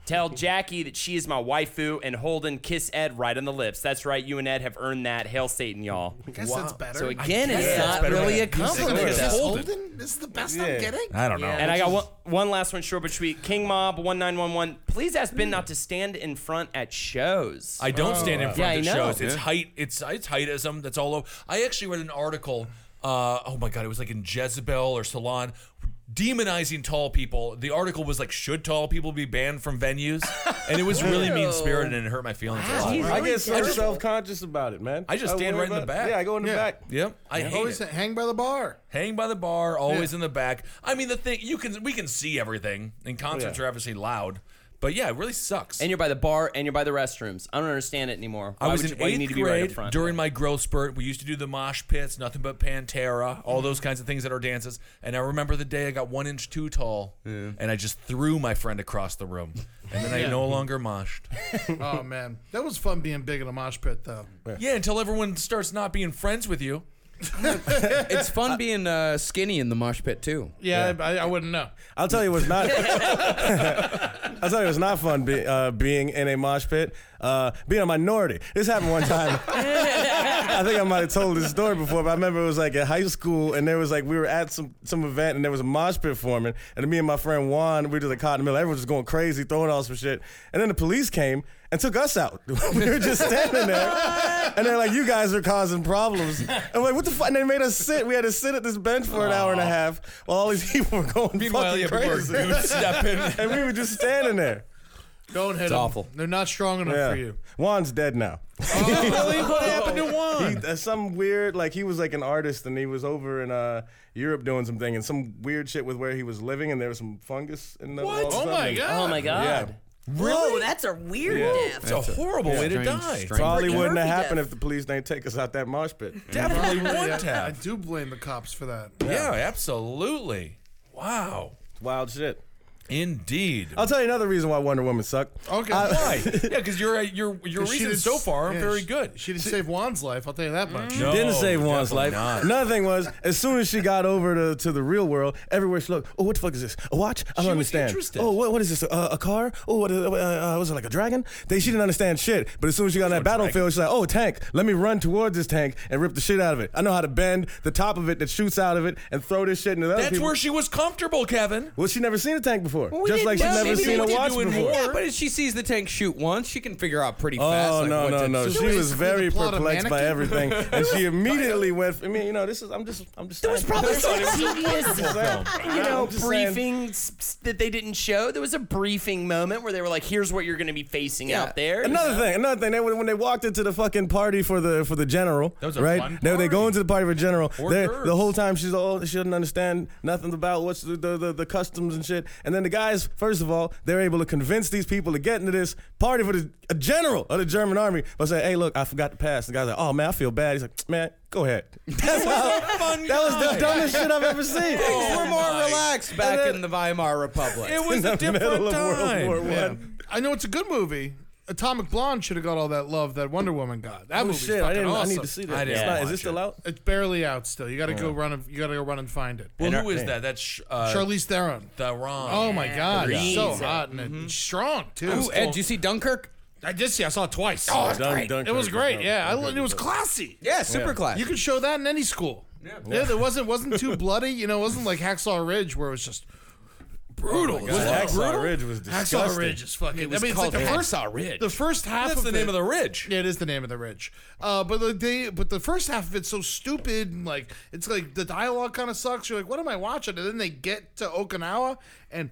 H: Tell Jackie that she is my waifu and Holden kiss Ed right on the lips. That's right, you and Ed have earned that. Hail Satan, y'all.
D: guess that's better.
H: So again, it's
D: that's
H: not
D: better.
H: really a
D: Look
H: compliment.
D: at
H: though.
D: this,
F: Holden.
D: Holden. This is the best
G: Yeah.
D: I'm getting.
F: I don't know.
H: And I got one, one last one short but sweet. King Mob 1911. Please ask Ben not to stand in front at shows.
F: I don't stand in
H: Yeah, I
F: front
H: know.
F: of shows. It's
H: Yeah.
F: height. It's it's heightism. That's all over. I actually read an article. Uh, oh my god, it was like in Jezebel or Salon, demonizing tall people. The article was like, should tall people be banned from venues? And it was really mean spirited and it hurt my feelings a lot.
G: I get so self conscious about it, man.
F: I just stand
G: worry
F: right in the
G: about it.
F: back.
G: Yeah, I go in the
D: Yeah.
G: back.
F: Yep, I hate
D: Always
F: it.
D: hang Oh, by the bar.
F: Hang by the bar, always
D: Yeah.
F: in the back. I mean, the thing you can we can see everything, and concerts
G: yeah.
F: are obviously loud. But yeah, it really sucks.
H: and you're by the bar and you're by the restrooms. I don't understand it anymore.
F: I
H: Why
F: was
H: would
F: in
H: you- why you
F: eighth
H: need to be right up
F: grade
H: front?
F: during my growth spurt. We used to do the mosh pits, nothing but Pantera, all
H: Mm-hmm.
F: those kinds of things at our dances. And I remember the day I got one inch too tall, and I just threw my friend across the room, and then I no longer moshed.
D: Oh man, that was fun being big in a mosh pit though.
F: yeah, until everyone starts not being friends with you.
B: It's fun being uh, skinny in the mosh pit too.
D: Yeah, I, I wouldn't know.
G: I'll tell you what's not. <laughs> I'll tell you what's not fun be, uh, being in a mosh pit. Uh, being a minority. This happened one time. I think I might have told this story before, but I remember it was like at high school, and there was like we were at some some event, and there was a mosh pit forming, and me and my friend Juan, we were just like caught in the middle. Everyone was just going crazy, throwing all some shit, and then the police came and took us out. <laughs> we were just standing there, and they're like, "You guys are causing problems." And we're like, "What the fuck?" And they made us sit. We had to sit at this bench for an hour and a half while all these <laughs> people were going fucking crazy and we were just standing there.
D: Don't hit it's
B: awful.
D: They're not strong enough
G: Yeah.
D: for you.
G: Juan's dead now.
F: really? What happened to
G: <laughs>
F: one?
G: He, uh, some weird, like he was like an artist, and he was over in uh, Europe doing something, and some weird shit with where he was living, and there was some fungus in the. What?
D: Oh my god.
H: oh my god. <laughs>
G: Yeah.
E: Whoa, that's a weird death.
F: It's a horrible way to
B: Strange,
F: die.
B: strange.
G: Probably wouldn't have
E: Murphy
G: happened
E: death.
G: if the police didn't take us out that marsh pit.
F: Definitely would
D: Yeah, I
F: have.
D: do blame the cops for that.
F: Yeah, absolutely. Wow.
G: Wild shit.
F: Indeed.
G: I'll tell you another reason why Wonder Woman sucked.
D: Okay.
F: Why? yeah, because your your your
D: She
F: reasons
D: did-
F: so far are
D: yeah,
F: very
D: she-
F: good.
D: She didn't save Juan's life. I'll tell you that much.
F: No,
G: Didn't save Juan's
F: Oh, definitely
G: life.
F: not.
G: Another thing was, as soon as she got over to, to the real world, everywhere she looked, oh, what the fuck is this? A watch? I don't
F: was
G: understand.
F: interested.
G: Oh, what, what is this? Uh, a car? Oh, what is, uh, uh, was it like a dragon? They, she didn't understand shit. But as soon as she got on that battlefield, she's like, oh, tank. Let me run towards this tank and rip the shit out of it. I know how to bend the top of it that shoots out of it and throw this shit into the other
F: That's
G: people.
F: where she was comfortable, Kevin.
G: well, she never seen a tank before.
B: we
G: Just
B: didn't
G: like she
B: know.
G: never
B: Maybe
G: seen
B: we
G: a
B: did
G: watch
F: do in
G: before.
F: war.
B: Yeah, but if she sees the tank shoot once, she can figure out pretty fast.
G: Oh
B: like,
G: no
B: what
G: no
B: to-
G: no! She
D: was
G: was
D: the
G: very
D: plot of
G: perplexed by
D: Mannequin?
G: everything, and she immediately went. I mean, you know, this is I'm just I'm just.
H: There was probably some tedious, you know,
G: I'm just saying.
H: briefing s- s- that they didn't show. There was a briefing moment where they were like, "Here's what you're going to be facing out there."
G: Another thing, another thing. They when they walked into the fucking party for the for the general,
F: was a
G: right?
F: fun
G: They, they go into the party for general.
F: Hors
G: They-
F: d'oeuvres.
G: The whole time she's all she doesn't understand nothing about what's the, the, the, the customs and shit. And then the guys, first of all, they're able to convince these people to get into this party for the a general of the German army. But say, hey, look, I forgot to pass. The guy's like, oh man, I feel bad. He's like, man, go ahead. <laughs> That's how,
F: fun
G: that was
F: guy. Oh
G: the dumbest shit I've ever
F: <laughs>
G: seen.
B: Things were more
F: my.
B: relaxed back
G: then-
B: in the Weimar Republic.
D: <laughs>
F: It was
G: in
F: a
G: the
F: different
G: middle of
F: time.
G: World War One.
D: I know it's a good movie. Atomic Blonde should have got all that love that Wonder Woman got. That
G: Oh
D: movie's
G: shit!
D: fucking
G: I didn't.
D: awesome.
G: I need to see that.
F: I didn't
G: It's not-
F: watch
G: is this still
F: it.
G: out?
D: It's barely out still. You got to go run. And, you got to go run and find it.
F: Well, who is that? That's sh- uh,
D: Charlize Theron.
F: the wrong.
D: Oh my God, it's so hot and it's strong too.
B: Ooh, Ed, did you see Dunkirk?
D: I did see. I saw it twice.
F: Oh,
G: Oh,
D: It was
G: Dunkirk.
D: great. Yeah, I, it was classy.
B: Yeah, super class.
D: You could show that in any school. Yeah, there wasn't wasn't too bloody. You know, it wasn't like Hacksaw Ridge where it was just brutal. It was
G: Hacksaw
D: brutal.
G: Ridge was
D: Hacksaw
G: disgusting.
D: Ridge is fucking. I mean, it's like the first
B: Ridge.
D: the first half.
F: That's
D: of
F: the name of the ridge.
D: Yeah, it is the name of the ridge. Uh, but the they, but the first half of it's so stupid and like it's like the dialogue kind of sucks. You're like, what am I watching? And then they get to Okinawa and,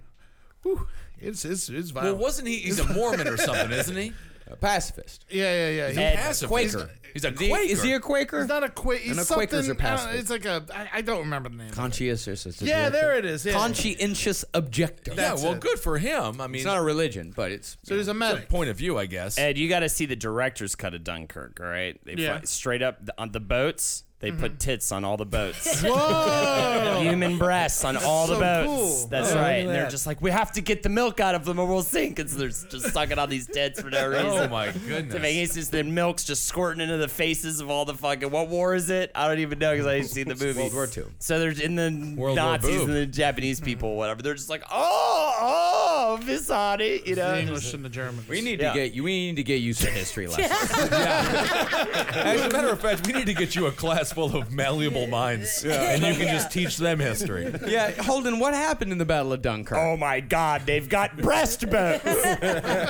D: whew, it's it's it's
F: Well,
D: violent.
F: wasn't he? He's a Mormon or something, isn't he?
B: A pacifist.
D: yeah, yeah, yeah. He-
F: Pacifist.
B: Quaker.
F: He's a
B: The-
F: Quaker.
B: Is he a Quaker?
D: He's not a Quaker. He's
B: I know
D: something.
B: Quakers are
D: I don't-
B: pacifists.
D: it's like a. I, I don't remember the name.
B: conscientious.
D: yeah, there it is. Yeah.
B: Conscientious objector.
F: yeah. Well,
D: it.
F: good for him. I mean,
B: It's not a religion, but it's
D: so he's a medic.
F: point of view, I guess.
H: Ed, you got to see the director's cut of Dunkirk. All right, they
D: Yeah.
H: fly straight up the, on the boats. They put tits on all the <laughs>
B: <laughs>
H: boats.
D: Whoa!
H: Human breasts on all the
D: so
H: boats.
D: cool.
H: That's
D: Oh, look
H: right.
D: at
H: And they're
D: that.
H: just like, we have to get the milk out of them or we'll sink. And so they're just sucking on these tits for no reason.
F: oh my
H: To make
F: goodness.
H: it sense, then milk's just squirting into the faces of all the fucking. What war is it? I don't even know because I didn't see the
B: <laughs>
H: movie.
B: World War II.
H: So there's in the
F: World War
H: Nazis
F: Boob.
H: and the Japanese people, whatever. They're just like, oh, oh, love is on it, you
D: The
H: know.
D: English and the German.
B: We need
H: Yeah.
B: to get you. We need to get you some history lessons.
F: As a matter of fact, we need to get you a class full of malleable minds, and you can just teach them history.
B: <laughs> yeah, Holden, what happened in the Battle of Dunkirk?
H: Oh my God, they've
B: <laughs>
H: got breastbones.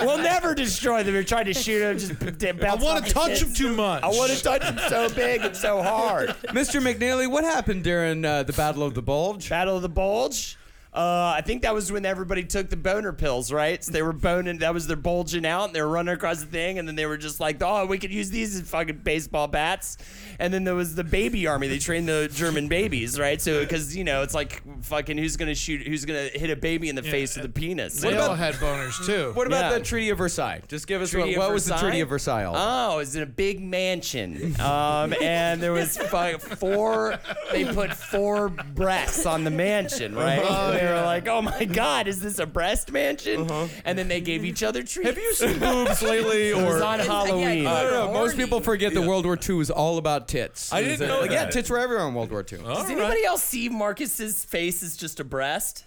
H: we'll never destroy them. They're trying to shoot them. Just b- bounce
D: I want
H: off
D: to
H: the
D: touch
H: kids.
D: him too much.
H: I want to touch them so big and so hard.
B: Mr. McNally, what happened during uh, the Battle of the Bulge?
H: Battle of the Bulge. Uh, I think that was when everybody took the boner pills, right? So they were boning. That was their bulging out, and they were running across the thing, and then they were just like, "Oh, we could use these as fucking baseball bats." And then there was the baby army. They trained the German babies, right? So because you know, it's like fucking who's gonna shoot, who's gonna hit a baby in the face with a penis?
D: They
H: You
D: all
H: know?
D: had boners too.
B: <laughs> What about
H: Yeah.
B: the Treaty of Versailles? Just give us
H: Treaty
B: what,
H: of
B: what was the
H: Versailles?
B: Treaty of Versailles?
F: <laughs>
B: all about?
H: Oh, it was in a big mansion. Um, and there was fi- four, they put four breasts on the mansion, right? they were like, oh my God, is this a breast mansion? And then they gave each other treats. Have you seen
F: Boobs lately,
H: It was
F: or
H: on Halloween. Uh,
E: yeah,
B: I don't know. Most
E: Horny.
B: people forget that World War II is all about tits.
F: I
B: Is
F: didn't
B: it-
F: know
B: like, Yeah,
F: that.
B: tits were everywhere in World War II.
H: Does anybody else see Marcus's face is just a breast?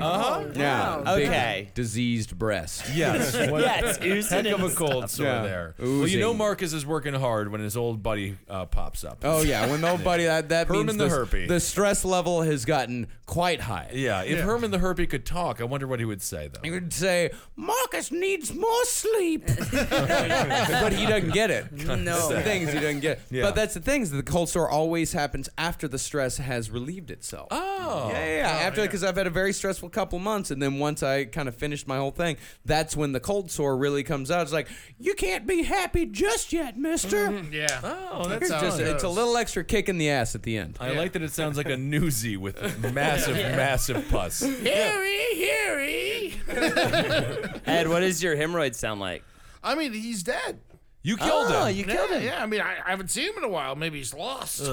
B: Yeah.
H: Wow.
B: big
H: Okay.
B: Diseased breast.
F: yes, <laughs> what
H: Yes, oozing
F: heck of a
H: and
F: cold sore
B: Yeah.
F: there. Well, you
B: Oozing.
F: know Marcus is working hard when his old buddy uh, pops up.
B: Oh yeah, when
F: <laughs>
B: nobody that that
F: Herman
B: means
F: the
B: s-
F: Herpy.
B: the stress level has gotten quite high.
F: Yeah, if Herman the Herpy could talk, I wonder what he would say though.
B: You could say Marcus needs more sleep,
F: <laughs>
B: but he doesn't get it. <laughs> That's the
E: No.
B: things he doesn't get.
F: Yeah.
B: But that's the things the cold sore always happens after the stress has relieved itself.
F: Oh,
B: Yeah, yeah, yeah. After because I've had a very stressful couple months, and then once I kind of finished my whole thing, that's when the cold sore really comes out. It's like you can't be happy just yet, Mister.
D: Yeah. Oh,
B: It's just it's a little extra kick in the ass at the end.
F: I like that it sounds like a newsie with massive, massive pus.
H: Harry, Harry. Ed, what does your hemorrhoid sound like?
D: I mean, he's dead.
F: You killed
H: oh,
F: him.
H: you
D: Yeah,
H: killed him.
D: yeah. I mean, I, I haven't seen him in a while. Maybe he's lost. <laughs>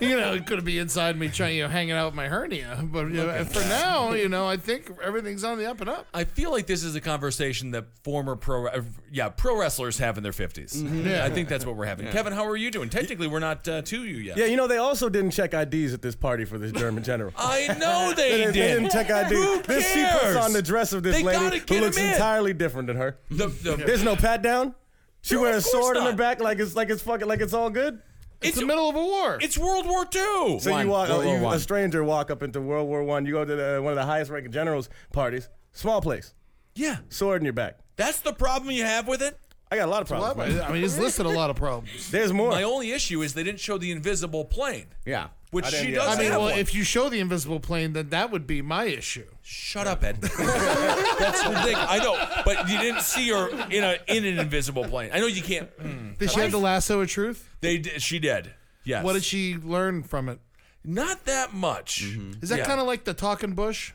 D: you know, it could be inside me trying, you know, hanging out with my hernia. But you know, for now, you know, I think everything's on the up and up.
F: I feel like this is a conversation that former pro, uh, yeah, pro wrestlers have in their 50s I think that's what we're having. Kevin, how are you doing? Technically, we're not uh, to you yet.
G: Yeah, you know they also didn't check IDs at this party for this German general.
F: <laughs> I
G: <laughs>
F: know they,
G: They,
F: did.
G: they didn't check ID.
F: Who
G: This she puts
F: cares?
G: on the dress of this
F: They gotta
G: lady
F: get
G: who
F: him
G: looks
F: in.
G: entirely different than her.
F: The- the-
G: There's no pat down. She wears a
F: of course
G: sword in her
F: not.
G: back like it's like it's fucking like it's all good.
D: It's, the middle of a war.
F: it's World War II.
G: So
B: One.
G: you walk, uh,
B: World War
G: you-
B: One.
G: a stranger walk up into World War One. You go to the, one of the highest ranking generals parties. Small place,
F: yeah,
G: sword in your back.
F: that's the problem you have with it.
G: I got a lot of problems. man.
D: I mean, he's listed a lot of problems.
G: There's more.
F: My only issue is they didn't show the invisible plane,
B: Yeah.
F: which
G: I didn't
F: she
G: get
F: does
D: I mean,
F: have
D: well,
F: one.
D: if you show the invisible plane, then that would be my issue.
F: Shut
G: <laughs>
F: up, Ed. That's the thing. I know, but you didn't see her in a in an invisible plane. I know you can't.
D: Did she have the lasso of truth?
F: They did, she did. Yes.
D: What did she learn from it?
F: Not that much.
B: Mm-hmm.
D: Is that
F: Yeah.
D: kind of like the talking bush?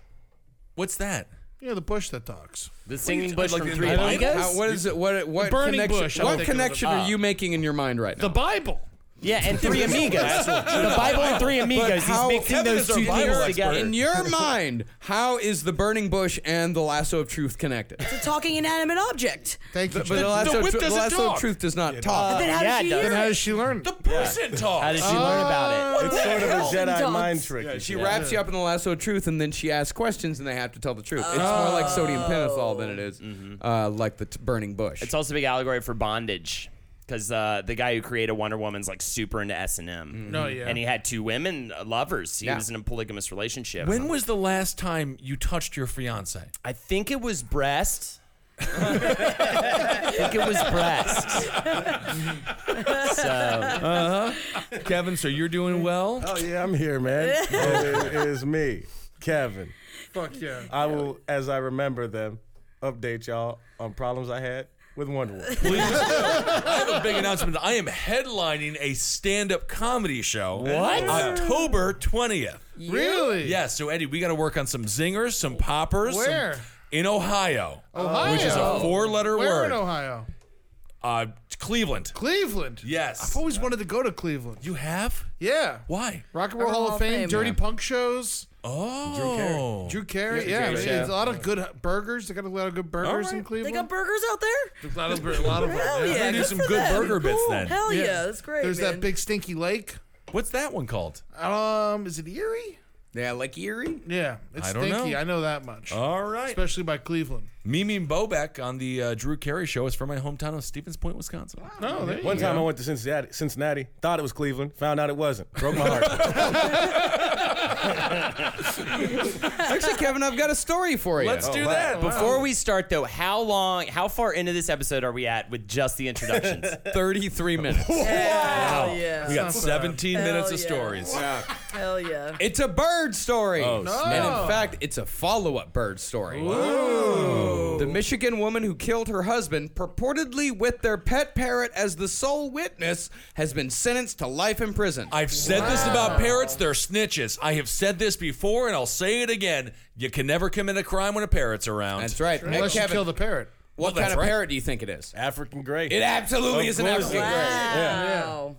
F: What's that?
D: You know, the bush that talks.
H: The singing
F: I'd
H: bush
F: like
H: from
F: to
H: Three
F: invite
H: Amigos?
B: How- what is it? What what
D: Burning
B: connection?
D: bush, I'm
B: what
D: thinking of it.
B: connection are you making in your mind right now?
D: The Bible.
H: Yeah, and Three Amigos. the Bible and Three Amigos. He's
B: how-
H: mixing
F: Kevin
H: those
F: is our
H: two
F: Bible
H: things
F: expert.
H: together.
B: in your mind, how is the burning bush and the lasso of truth connected?
E: It's a talking inanimate object.
D: Thank you.
B: But the lasso, of
F: whip
B: tru- the
F: doesn't
B: lasso
F: talk.
B: of truth does not talk.
E: Then how
H: Uh, yeah,
E: did she
H: it
E: hear
D: then how
E: it?
D: does she learn?
F: The person talks.
H: How did she learn about it?
G: it's sort of a
E: Elton
G: Jedi
E: dogs.
G: mind trick. you
B: she wraps you up in the lasso of truth, and then she asks questions, and they have to tell the truth. It's
F: Oh. Uh,
B: more like sodium pentothal than it is,
F: Mm-hmm.
B: uh, like the t- burning bush.
H: It's also a big allegory for bondage. Because uh, the guy who created Wonder Woman's like super into S and M.
D: No, yeah.
H: And he had two women uh, lovers. He
B: Yeah.
H: was in a polygamous relationship.
F: When was the last time you touched your fiance?
H: I think it was breast. I think it was breast. so
F: Kevin, so you're doing <laughs> well?
G: Oh yeah, I'm here, man. it is me, Kevin.
D: Fuck yeah.
G: I will, as I remember them, update y'all on problems I had with Wonder Woman.
F: I have a big announcement. I am headlining a stand-up comedy show.
H: What?
F: October 20th.
D: Really?
F: Yeah, so Eddie, we got to work on some zingers, some poppers. some-
D: Where?
F: in Ohio.
D: Ohio.
F: Which is a four-letter
D: Where
F: word.
D: in Ohio?
F: Uh, Cleveland.
D: Cleveland.
F: Yes.
D: I've always wanted to go to Cleveland.
F: You have?
D: Yeah.
F: Why?
D: Rock and Roll Hall of Fame, Dirty Punk shows,
F: Oh.
D: Drew Carey. Yeah,
H: Carey
D: man, it's
H: show.
D: a lot of good burgers. They got a lot of good burgers in
E: They
D: Cleveland.
E: got burgers out there?
D: a lot of, a lot of
E: Hell yeah.
F: do
E: good
F: some
E: for
F: good
E: them.
F: burger bits
E: Cool.
F: then.
E: Hell yeah. that's great.
D: There's
E: man.
D: that big stinky lake.
F: What's that one called?
D: Um, is it Erie?
B: Yeah, like Erie.
D: Yeah, it's
F: I don't
D: stinky.
F: know. Oh.
D: I know that much.
F: All right.
D: Especially by Cleveland.
F: Mimi Bobek on the uh, Drew Carey show is from my hometown of Stevens Point, Wisconsin.
D: No, there
G: One
D: you
G: time
D: go.
G: I went to Cincinnati, Cincinnati, thought it was Cleveland, found out it wasn't. Broke my heart.
F: <laughs>
B: Actually, Kevin, I've got a story for you.
F: Let's
G: Oh,
F: do that.
H: Before we start, though, how long, how far into this episode are we at with just the introductions?
B: 33 minutes.
E: Hell yeah.
F: we got 17 minutes
E: Hell
F: of
E: yeah.
F: stories.
E: Hell yeah.
B: It's a bird story.
F: Oh, No.
B: And in fact, it's a follow up bird story. The Michigan woman who killed her husband, purportedly with their pet parrot as the sole witness, has been sentenced to life in prison.
F: I've said this about parrots, they're snitches. I have said this before and I'll say it again. You can never commit a crime when a parrot's around.
B: That's right. Hey,
D: Unless you
B: Kevin,
D: kill the parrot.
B: what
F: Well,
B: kind
F: that's
B: of
F: right.
B: parrot do you think it is?
G: African gray.
B: It absolutely
G: Of
B: is an
G: course
B: African
G: it
B: gray.
E: Wow.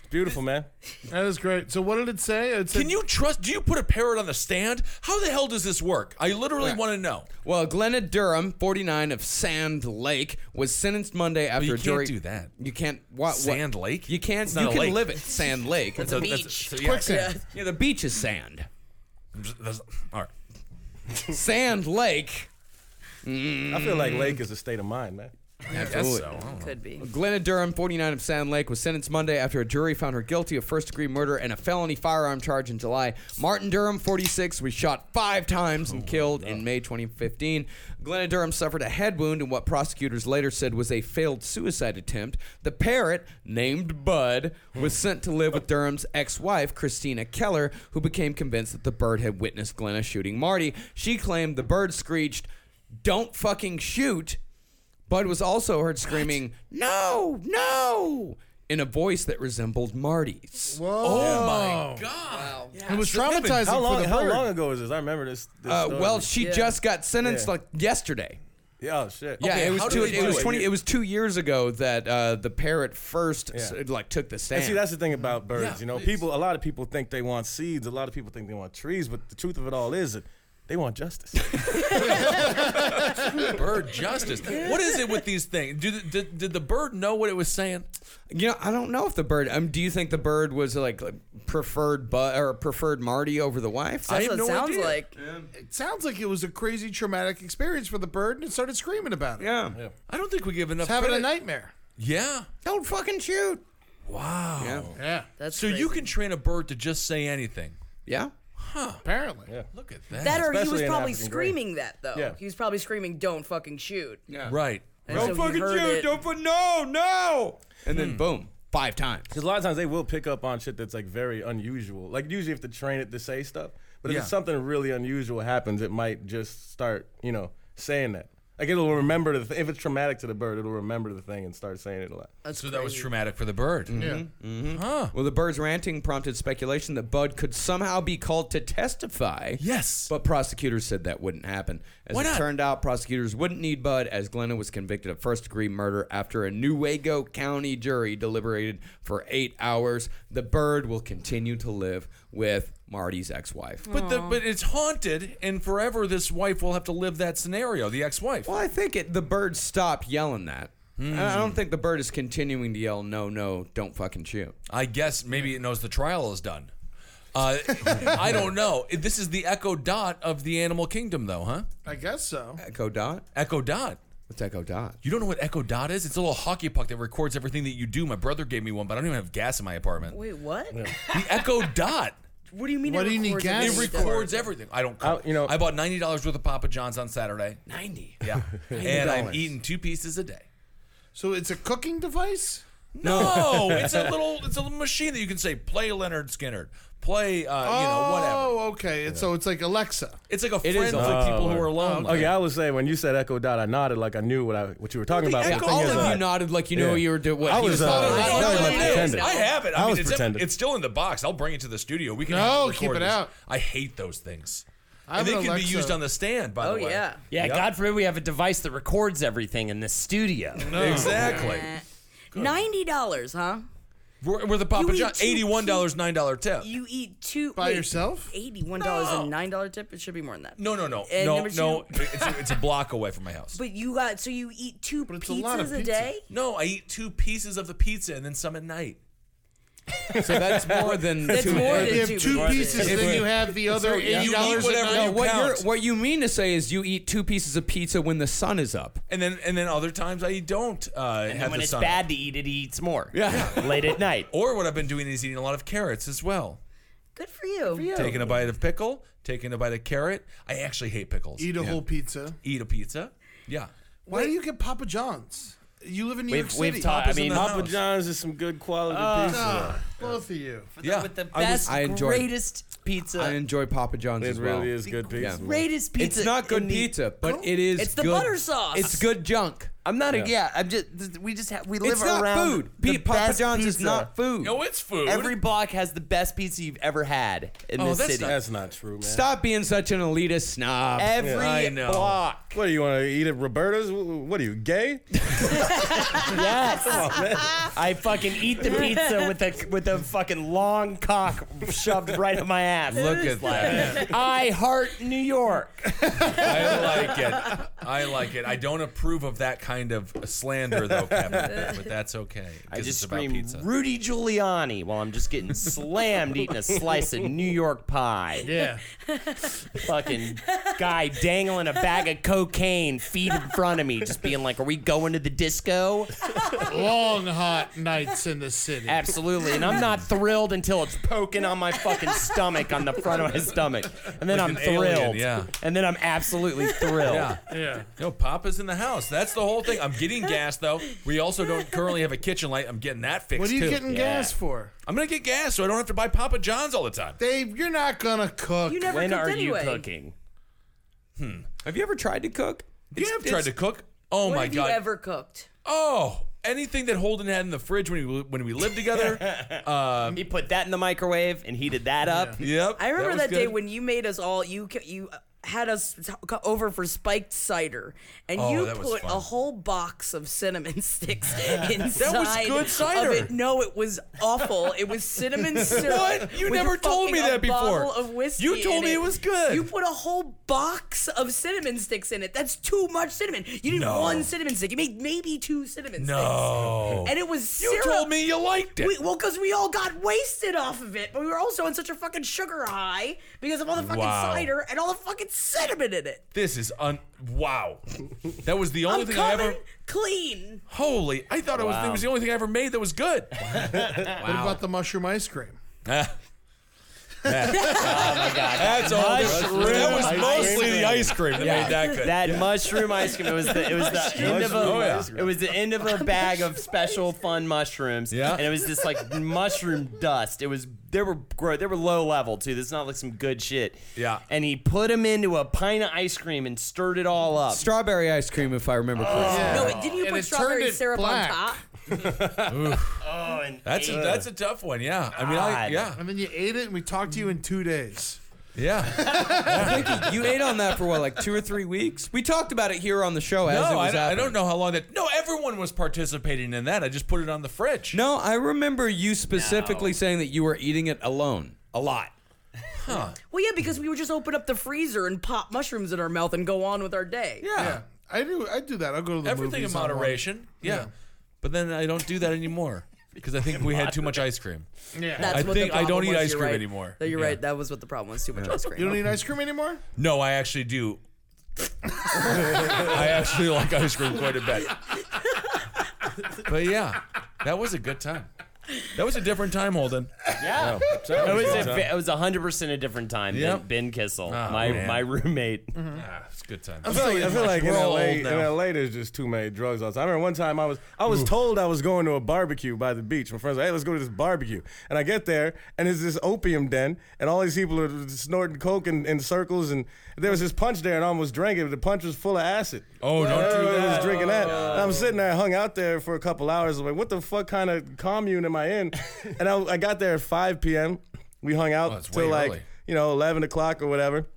G: It's beautiful, man.
D: That is great. So what did it say? It said,
F: Can you trust? Do you put a parrot on the stand? How the hell does this work? I literally want to know.
B: Well, Glenna Durham, 49 of Sand Lake, was sentenced Monday after
F: you
B: a
F: can't
B: jury.
F: do that.
B: You can't. What, what-
F: Sand Lake?
B: You can't.
F: It's
B: You
F: not a
B: can
F: lake.
B: live at
F: <laughs>
B: Sand Lake.
F: So that's-
E: beach.
F: so yeah.
D: quicksand.
B: yeah, the beach is sand.
F: That's- All right.
B: Sand Lake.
G: I feel like Lake is a state of mind, man.
B: Absolutely.
E: Could be.
B: Glenna Durham, 49 of Sand Lake, was sentenced Monday after a jury found her guilty of first degree murder and a felony firearm charge in July. Martin Durham, 46, was shot five times and killed in May 2015. Glenna Durham suffered a head wound in what prosecutors later said was a failed suicide attempt. The parrot, named Bud, was sent to live with Durham's ex wife, Christina Keller, who became convinced that the bird had witnessed Glenna shooting Marty. She claimed the bird screeched, Don't fucking shoot. Bud was also heard screaming, No, no, in a voice that resembled Marty's.
F: Oh my god.
D: It was traumatizing
G: How
D: for
G: long?
D: the
G: How
D: bird.
G: long ago is this? I remember this. this
B: Uh,
G: story.
B: well, she
E: Yeah.
B: just got sentenced
G: Yeah.
B: like yesterday.
G: yeah, oh shit.
B: Yeah,
F: Okay,
B: it was
F: how do
B: two.
F: they
B: It
F: do
B: was
F: it?
B: twenty. It was
F: <laughs>
B: two years ago that uh, the parrot first s-
G: Yeah.
B: like took the stand.
G: And see, that's the thing about birds.
F: Yeah,
G: you know,
F: please.
G: people. A lot of people think they want seeds. A lot of people think they want trees. But the truth of it all is that they
B: <laughs>
G: want justice.
F: Bird justice. <laughs> What is it with these things? Did, did, did the bird know what it was saying?
B: you know, I don't know if the bird. Um, do you think the bird was like like, preferred Bud or preferred Marty over the wife?
F: I
E: That's
F: have
E: what it
F: no
E: sounds
F: idea.
E: like.
D: It sounds like it was a crazy traumatic experience for the bird, and it started screaming about it.
B: yeah.
F: I don't think we give enough
D: It's having a
F: credit.
D: nightmare.
F: Yeah.
B: Don't fucking shoot.
F: Wow.
B: Yeah.
D: Yeah,
E: That's
F: So you
E: crazy.
F: can train a bird to just say anything.
B: Yeah.
D: apparently.
F: Look at that.
E: That or he was
G: Especially in
E: probably
G: African grey.
E: screaming that though.
G: Yeah.
E: He was probably screaming, "Don't fucking shoot."
B: Yeah.
F: right.
E: And so he heard it.
B: fu- no, no. And then boom, five times.
G: Because a lot of times they will pick up on shit that's like very unusual. Like usually, if to train it to say stuff, but if
F: Yeah.
G: it's something really unusual happens, it might just start, you know, saying that. Like it'll remember the th- if it's traumatic to the bird, it'll remember the thing and start saying it a lot.
F: So that was traumatic for the bird.
E: Mm-hmm.
B: Well, the bird's ranting prompted speculation that Bud could somehow be called to testify.
F: Yes.
B: But prosecutors said that wouldn't happen. As
F: Why
B: it
F: not?
B: turned out, prosecutors wouldn't need Bud, as Glenna was convicted of first degree murder after a Nuevo County jury deliberated for eight hours. The bird will continue to live with Marty's ex wife.
F: But the but it's haunted, and forever this wife will have to live that scenario. The ex-wife. Hmm.
B: Well, I think it, the bird stopped yelling that. I I don't think the bird is continuing to yell, no, no, don't fucking shoot.
F: I guess maybe it knows the trial is done. Uh, <laughs> I don't know. This is the Echo Dot of the animal kingdom, though, huh?
D: I guess so.
B: Echo Dot?
F: Echo Dot.
B: What's Echo Dot?
F: You don't know what Echo Dot is? It's a little hockey puck that records everything that you do. My brother gave me one, but I don't even have gas in my apartment.
E: Wait, what?
F: The Echo Dot.
E: What do you mean?
D: What
E: it
D: do you need
E: records
D: gas?
F: It
E: everything?
F: records everything. I don't. Call
G: I- you know-
F: I bought ninety dollars worth of Papa John's on Saturday.
B: 90. <laughs>
F: Yeah, and I'm eating two pieces a day.
D: So it's a cooking device.
F: No,
B: <laughs>
F: it's a little, it's a little machine that you can say, play Leonard Skinner, play, uh, you know, whatever.
D: Oh, okay. It's So it's like Alexa.
F: It's like a
B: It
F: friend
B: is
F: for
B: a- Oh.
F: people who are lonely.
G: Okay, I would say when you said Echo Dot, I nodded like I knew what I what you were talking
F: the
G: about. but
F: Echo-
G: the thing
B: All
G: is,
B: of
G: uh,
B: you nodded like you knew
G: yeah.
B: what you were doing.
G: I was,
F: I,
G: uh,
F: don't know
G: I
F: what
G: was
F: it is.
G: pretending.
F: I have it. I,
G: I
F: mean,
G: was
F: it's, in-
G: pretending.
F: it's still in the box. I'll bring it to the studio. We can
D: No,
F: have
D: keep
F: record
D: it
F: this.
D: out.
F: I hate those things.
D: I
F: and
D: have
F: they
D: an
F: can be
D: Alexa.
F: used on the stand, by
E: Oh
F: the way.
E: yeah.
H: yeah, God forbid we have a device that records everything in this studio.
F: Exactly.
E: Ninety dollars, huh?
F: We're, we're the Papa
E: eat
F: John.
E: two-
F: Eighty-one dollars, nine dollar tip.
E: You eat two
D: By yourself?
E: Eighty-one dollars and nine dollar tip. It should be more than that.
F: no, no, no,
E: And
F: no,
E: number two-
F: no. It's, it's a block away from my house.
E: But you got so you eat two
D: it's a
E: pizzas
D: lot of
E: a
D: pizza.
E: day.
F: No, I eat two pieces of the pizza and then some at night.
B: So that's more than
E: That's
B: Mm. two
E: more
B: days.
E: than
D: You have two
E: Right.
D: pieces, and then you have the other
F: yeah.
D: eighty
F: You eat
D: dollars.
F: whatever
D: a night.
F: you
B: what
F: count.
B: you're <laughs> what you mean to say is you eat two pieces of pizza when the sun is up.
F: and then and then other times I don't uh,
H: And
F: have
H: when
F: the
H: it's
F: sun.
H: bad to eat it, he eats more. Yeah.
B: <laughs>
H: Late at night.
F: Or what I've been doing is eating a lot of carrots as well.
E: Good for you.
F: Taking a bite of pickle, taking a bite of carrot. I actually hate pickles.
D: Eat a whole pizza.
F: Eat a pizza. Yeah.
D: Why do you get Papa John's? You live in New
H: We've-
D: York City.
H: we've talked- I mean-
F: the
G: Papa
F: house.
G: John's is some good quality pizza.
D: Ah, both of you.
F: Yeah.
E: With the
B: I was-
E: best,
B: I enjoyed-
E: greatest pizza.
B: I enjoy Papa John's
G: It
B: as well.
G: really is good pizza. man.
E: greatest pizza.
B: It's not good
E: in the-
B: pizza, but it is.
E: It's the
B: good-
E: butter sauce.
B: It's good junk.
K: I'm not. A, yeah, I'm just. th- We just have. We live
B: It's not
K: around.
B: food.
K: the
B: Pe- Papa
K: best
B: John's is
K: pizza.
B: not food.
F: No, it's food.
K: Every block has the best pizza you've ever had in
F: Oh,
K: this
F: that's
K: city.
F: not-
G: That's not true, man.
B: Stop being such an elitist snob.
K: Every
F: I know.
K: block.
G: What do you want to eat at Roberta's? Wh- What are you gay?
H: Yes. <laughs> I fucking eat the pizza with a with a fucking long cock shoved right up my ass.
B: Look at that.
H: I heart New York.
F: <laughs> I like it. I like it. I don't approve of that kind of slander, though, Kevin.
E: <laughs>
F: But that's okay.
H: I
F: 'cause
H: just
F: it's about
H: scream
F: pizza.
H: Rudy Giuliani while I'm just getting slammed eating a slice of New York pie.
D: <laughs> Yeah.
H: Fucking guy dangling a bag of cocaine feet in front of me, just being like, "Are we going to the disco?"
D: Long hot nights in the city.
H: <laughs> Absolutely, and I'm not thrilled until it's poking on my fucking stomach, on the front of my stomach, and then I'm
F: an alien,
H: thrilled.
F: yeah.
H: and then I'm absolutely thrilled.
F: Yeah.
D: Yeah.
F: No, Papa's in the house. That's the whole thing. I'm getting gas though. We also don't currently have a kitchen light. I'm getting that fixed
D: What are you
F: too.
D: getting gas for?
F: I'm gonna get gas so I don't have to buy Papa John's all the time.
D: Dave, you're not gonna cook.
E: You never
H: When
E: cooked
H: are
E: anyway.
H: you cooking?
B: Hmm. Have you ever tried to cook?
F: You have tried to cook. Oh
E: What
F: my
E: have
F: god.
E: you ever cooked?
F: oh, anything that Holden had in the fridge when we when we lived <laughs> together.
H: He put that in the microwave and heated that up.
F: yep.
E: I remember
F: was
E: that, day
F: good.
E: when you made us all you ca- you uh, had us t- co- over for spiked cider, and
F: Oh,
E: you
F: that was
E: put
F: fun.
E: a whole box of cinnamon <laughs>
F: <laughs>
E: sticks inside.
F: good
E: of
F: cider.
E: it. No, it was awful. It was cinnamon syrup.
F: What? You
E: with
F: never told me
E: fucking
F: that
E: a bottle
F: before.
E: Of whiskey
F: You told
E: in
F: me it was good.
E: You put a whole box of cinnamon sticks in it. That's too much cinnamon. You need
F: No.
E: one cinnamon stick. You made maybe two cinnamon
F: No.
E: sticks. And it was
F: you
E: syrup.
F: told me you liked it.
E: We, well, because we all got wasted off of it, but we were also on such a fucking sugar high because of all the fucking
F: Wow.
E: cider and all the fucking cinnamon in it.
F: this is un. Wow. That was the only
E: I'm
F: thing
E: coming
F: I ever.
E: clean.
F: Holy! I thought it was. It was the only thing I ever made that was good. <laughs>
D: What about the mushroom ice cream?
F: Oh, That's all. That was mostly the ice cream that made that good.
H: That mushroom ice cream. It was the it was the end of a
F: Mushroom ice Oh,
H: it was the end
B: <laughs>
H: of a bag of special fun mushrooms.
F: Yeah.
H: And it was this like mushroom dust. It was they were gross. They were low level too. This is not like some good shit.
F: Yeah.
H: And he put them into a pint of ice cream and stirred it all up.
B: Strawberry ice cream, if I remember correctly.
E: No, wait, didn't you
D: And it turned
E: put strawberry
D: it
E: syrup
D: black.
E: on top?
H: Oh, and
F: That's a,
H: ate
F: that's a tough one. Yeah. I mean, I,
H: God.
F: yeah,
D: And then you ate it, and we talked to you in two days.
F: <laughs> yeah.
B: I think you ate on that for what, like two or three weeks? We talked about it here on the show as it
F: No, I,
B: was
F: don't- I
B: happening.
F: don't know how long that. No, everyone was participating in that. I just put it on the fridge.
B: No, I remember you specifically saying that you were eating it alone a lot.
E: Well, yeah, because we would just open up the freezer and pop mushrooms in our mouth and go on with our day.
F: Yeah.
D: Yeah, I do. I do that. I'll go to the
F: Everything in
D: movies on one.
F: moderation. Yeah. But then I don't do that <laughs> anymore because I think we had too much ice cream.
E: That's
F: I
E: what
F: think
E: the
F: I don't
E: problem
F: eat
E: was,
F: ice
E: you're
F: cream
E: right.
F: anymore.
E: No, you're
F: Yeah.
E: right. That was what the problem was. Too much ice cream.
D: You don't eat ice cream anymore?
F: No, I actually <laughs> do. I actually like ice cream quite a bit. But yeah, that was a good time. That was a different time, Holden.
H: Yeah.
G: Sounds
H: It was
G: good.
H: a, it was hundred percent a different time
F: Yep.
H: than Ben Kissel,
F: Ah,
H: my
F: man.
H: my roommate.
B: Mm-hmm.
F: Ah, it's a good time.
G: I feel like, I feel like in
F: We're all
G: LA,
F: old
G: in
F: now.
G: LA, there's just too many drugs outside. I remember one time I was I was told I was going to a barbecue by the beach. My friends, were like, hey, let's go to this barbecue, and I get there and it's this opium den, and all these people are snorting coke in, in circles, and there was this punch there, and I almost drank it. The punch was full of acid.
F: Oh, don't do
G: Everybody
F: that.
G: was drinking that. And I'm sitting there, hung out there for a couple hours. I'm like, what the fuck kind of commune am I
F: <laughs>
G: in? and I, I got there at 5 p.m. We hung out
F: Oh, it's
G: till
F: way
G: like
F: early.
G: you know 11 o'clock or whatever.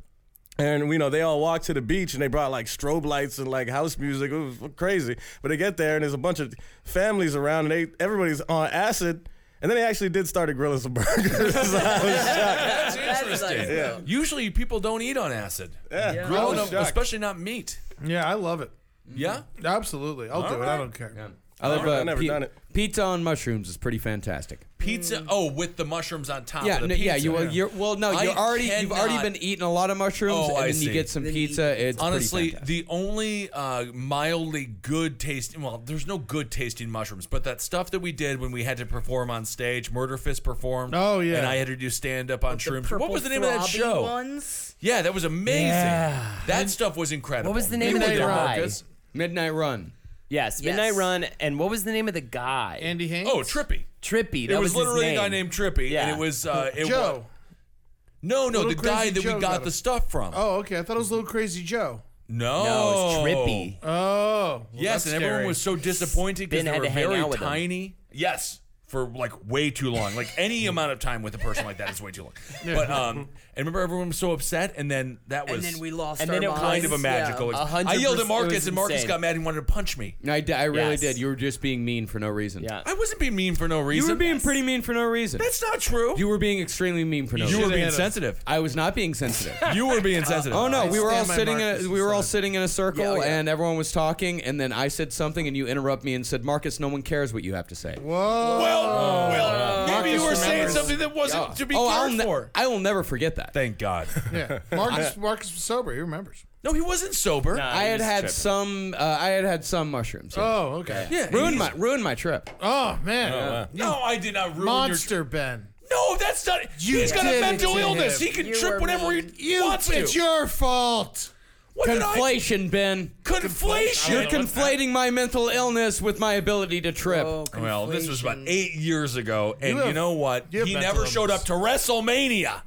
G: And you know they all walked to the beach and they brought like strobe lights and like house music. It was crazy. But they get there and there's a bunch of families around and they everybody's on acid. And then they actually did start a grilling some
B: <laughs>
G: burgers. <laughs> I was shocked.
F: That's interesting.
E: nice, though.
F: Usually people don't eat on acid.
G: Uh, Yeah, I
F: Grilling
G: was
F: up,
G: shocked.
F: especially not meat.
D: Yeah, I love it.
F: Yeah?
D: Absolutely, I'll do it. I don't care.
B: I love
F: Never-
B: uh,
F: I've never
B: pi-
F: done it.
B: Pizza on mushrooms is pretty fantastic.
F: Pizza. Oh, with the mushrooms on top.
B: Mm. yeah,
F: of the
B: no, yeah,
F: pizza.
B: you well, you're well, no,
F: I
B: you already you've already
F: cannot-
B: been eating a lot of mushrooms,
F: Oh,
B: and
F: I
B: then you
F: see.
B: get some
F: Then
B: pizza. It's pretty
F: honestly
B: fantastic.
F: the only uh, mildly good tasting. Well, there's no good tasting mushrooms, but that stuff that we did when we had to perform on stage, Murder Fist performed.
D: Oh, yeah.
F: and I had to do stand up on shrooms. What
E: purple
F: was the name of that
E: throbby
F: show?
E: ones?
F: Yeah, that was amazing.
H: Yeah.
F: That stuff was incredible.
H: Midnight
F: You were there,
H: Run.
F: Marcus.
B: Midnight Run.
H: Yes,
F: Yes.
H: Midnight Run. And what was the name of the guy?
D: Andy Haynes.
F: Oh, Trippy.
H: Trippy.
F: It
H: that
F: was,
H: his
F: literally
H: name.
F: a guy named Trippy,
H: Yeah.
F: and it was uh, it
D: Joe.
F: wa- no, no,
D: Little
F: the guy
D: Crazy
F: that
D: Joe
F: we
D: got
F: got the
D: him.
F: stuff from.
D: Oh, okay. I thought it was Little Crazy Joe.
F: No,
D: No, it's Trippy. Oh, well,
F: yes,
D: that's
F: and everyone
D: scary.
F: was so disappointed
D: Ben
F: because they
D: had
F: were
D: to hang
F: very
D: out with him.
F: tiny. Yes, for like way too long. Like any amount of time with a person like that is way too long. But um, and remember everyone was so upset, and then that
E: And
F: was
E: then we lost
F: And
E: our
F: then it was kind
E: minds.
F: of a magical.
E: Yeah.
F: ex-
E: 100%
F: I yelled
E: it
F: at
E: was
F: Marcus, and Marcus
E: insane.
F: got mad and wanted to punch me.
B: No, I, d- I really
F: Yes.
B: did. You were just being mean for no reason. Yeah,
F: I wasn't being mean for no reason.
B: You were being pretty mean for no reason.
F: That's not true.
B: You were being extremely mean for no
F: You
B: reason.
F: were being sensitive.
B: I was not being sensitive.
F: You were being sensitive.
B: Oh no,
F: I
B: we were all
F: stand by
B: sitting in
F: Marcus
B: a, we were all sitting in a circle
F: Yeah, oh, yeah.
B: and everyone was talking and then I said something and you interrupt me and said, "Marcus, no one cares what you have to say."
D: Whoa.
F: Well, well, maybe you were
D: Marcus
F: saying
D: remembers.
F: something that wasn't
B: Oh. Yeah.
F: to be
B: Oh, I'll
F: cared
B: ne-
F: for.
B: I will never forget that. <laughs>
F: Thank God.
D: <laughs> Yeah, Marcus. Marcus was sober. He remembers.
F: No, he wasn't sober.
B: I had had some uh, I had had some mushrooms. yeah.
D: Oh, okay.
F: Yeah,
B: ruined
F: he's-
B: my ruined my trip.
D: Oh man.
F: No, I did not ruin
D: Monster Ben.
F: your. No, that's not.
D: You
F: he's got a
D: did it
F: mental
D: to
F: illness.
D: him.
F: He can
E: You were
F: trip whenever he
E: mean.
F: wants
D: It's
F: to.
D: your fault.
F: What did I?
B: Conflation, Ben.
F: Conflation.
B: You're conflating my mental illness with my ability to trip.
F: Well, this was about eight years ago, and you,
D: Oh, have-
F: know what?
D: you have
F: He
D: mental
F: never showed
D: illness.
F: up to WrestleMania.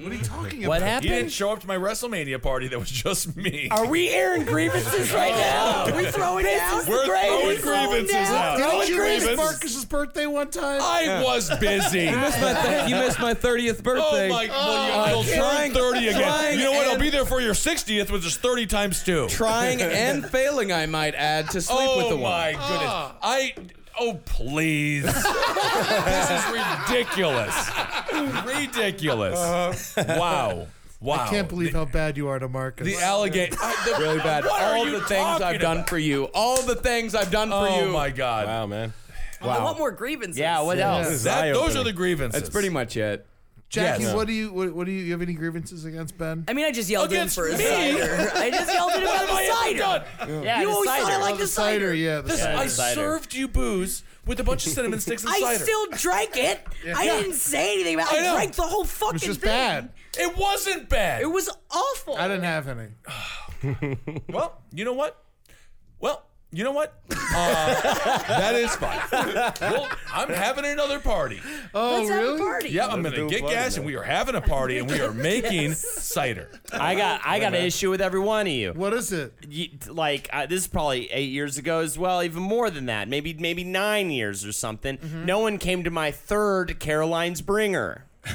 D: What are you talking
H: What
D: about?
F: He didn't
H: happened?
F: show up to my WrestleMania party. That was just me.
H: Are we airing grievances right now?
E: <laughs> we throwing
H: This
E: down?
H: is
F: We're
H: great.
F: throwing
H: He's throwing
F: grievances
E: down.
F: out.
D: Didn't
F: Throwing
D: you miss
F: grievances.
D: Marcus's birthday one time?
F: I was busy.
B: My th- you missed my 30th birthday.
F: Oh my! well,
B: I
F: you'll
B: can't-
F: turn thirty again.
B: trying
F: You know what? I'll
B: and-
F: be there for your sixtieth, which is thirty times two.
B: Trying and
F: <laughs>
B: failing, I might add, to sleep
F: oh
B: with the one.
F: my goodness!
H: Ah.
F: I oh
H: <laughs>
F: please! this is ridiculous! Ridiculous!
H: Uh-huh.
F: wow! Wow!
D: I can't believe how bad you are to Marcus.
F: the alligator. <laughs>
B: Really bad.
F: What are
B: All
F: you
B: the things I've
F: talking
B: done
F: about?
B: for you. All the things I've done for
F: Oh
B: you.
F: my god! Wow, man!
E: I want more grievances.
H: yeah. What else?
F: That, those are
G: eye-opening.
F: the grievances.
B: That's pretty much it.
D: Jackie,
F: Yes.
D: what do you what, what do you you have any grievances against Ben?
E: I mean, I just yelled at him
F: Against
E: for his
F: me?
E: cider. I just yelled at him
F: What
E: about
F: have I
E: the
F: ever
E: cider.
F: done?
H: Yeah,
E: You
H: the
E: always thought I
H: cider.
E: liked
D: Oh, the
E: the
D: cider,
E: cider.
D: yeah. The
F: This-
D: cider.
F: I
H: cider.
F: served you booze with a bunch of cinnamon sticks
B: <laughs>
F: and
E: I
F: cider.
E: still drank it. I didn't say anything about it.
F: I
E: I,
F: know.
E: drank the whole fucking
D: It's just
E: thing.
D: bad.
F: it wasn't bad.
E: It was awful.
D: I didn't have any.
F: Well, you know what? Well, you know what? Uh,
B: <laughs>
F: that is fine. Well, I'm having another party.
D: Oh,
E: Let's have a
D: really?
E: party.
F: Yeah, I'm going to get gas, and we are having a party, and
B: <laughs>
F: we are making cider.
H: I got I got an issue with every one of you.
D: What is it?
H: you, like uh, this is probably eight years ago as well, even more than that, maybe maybe nine years or something. No one came to my third Caroline's Bringer. <laughs>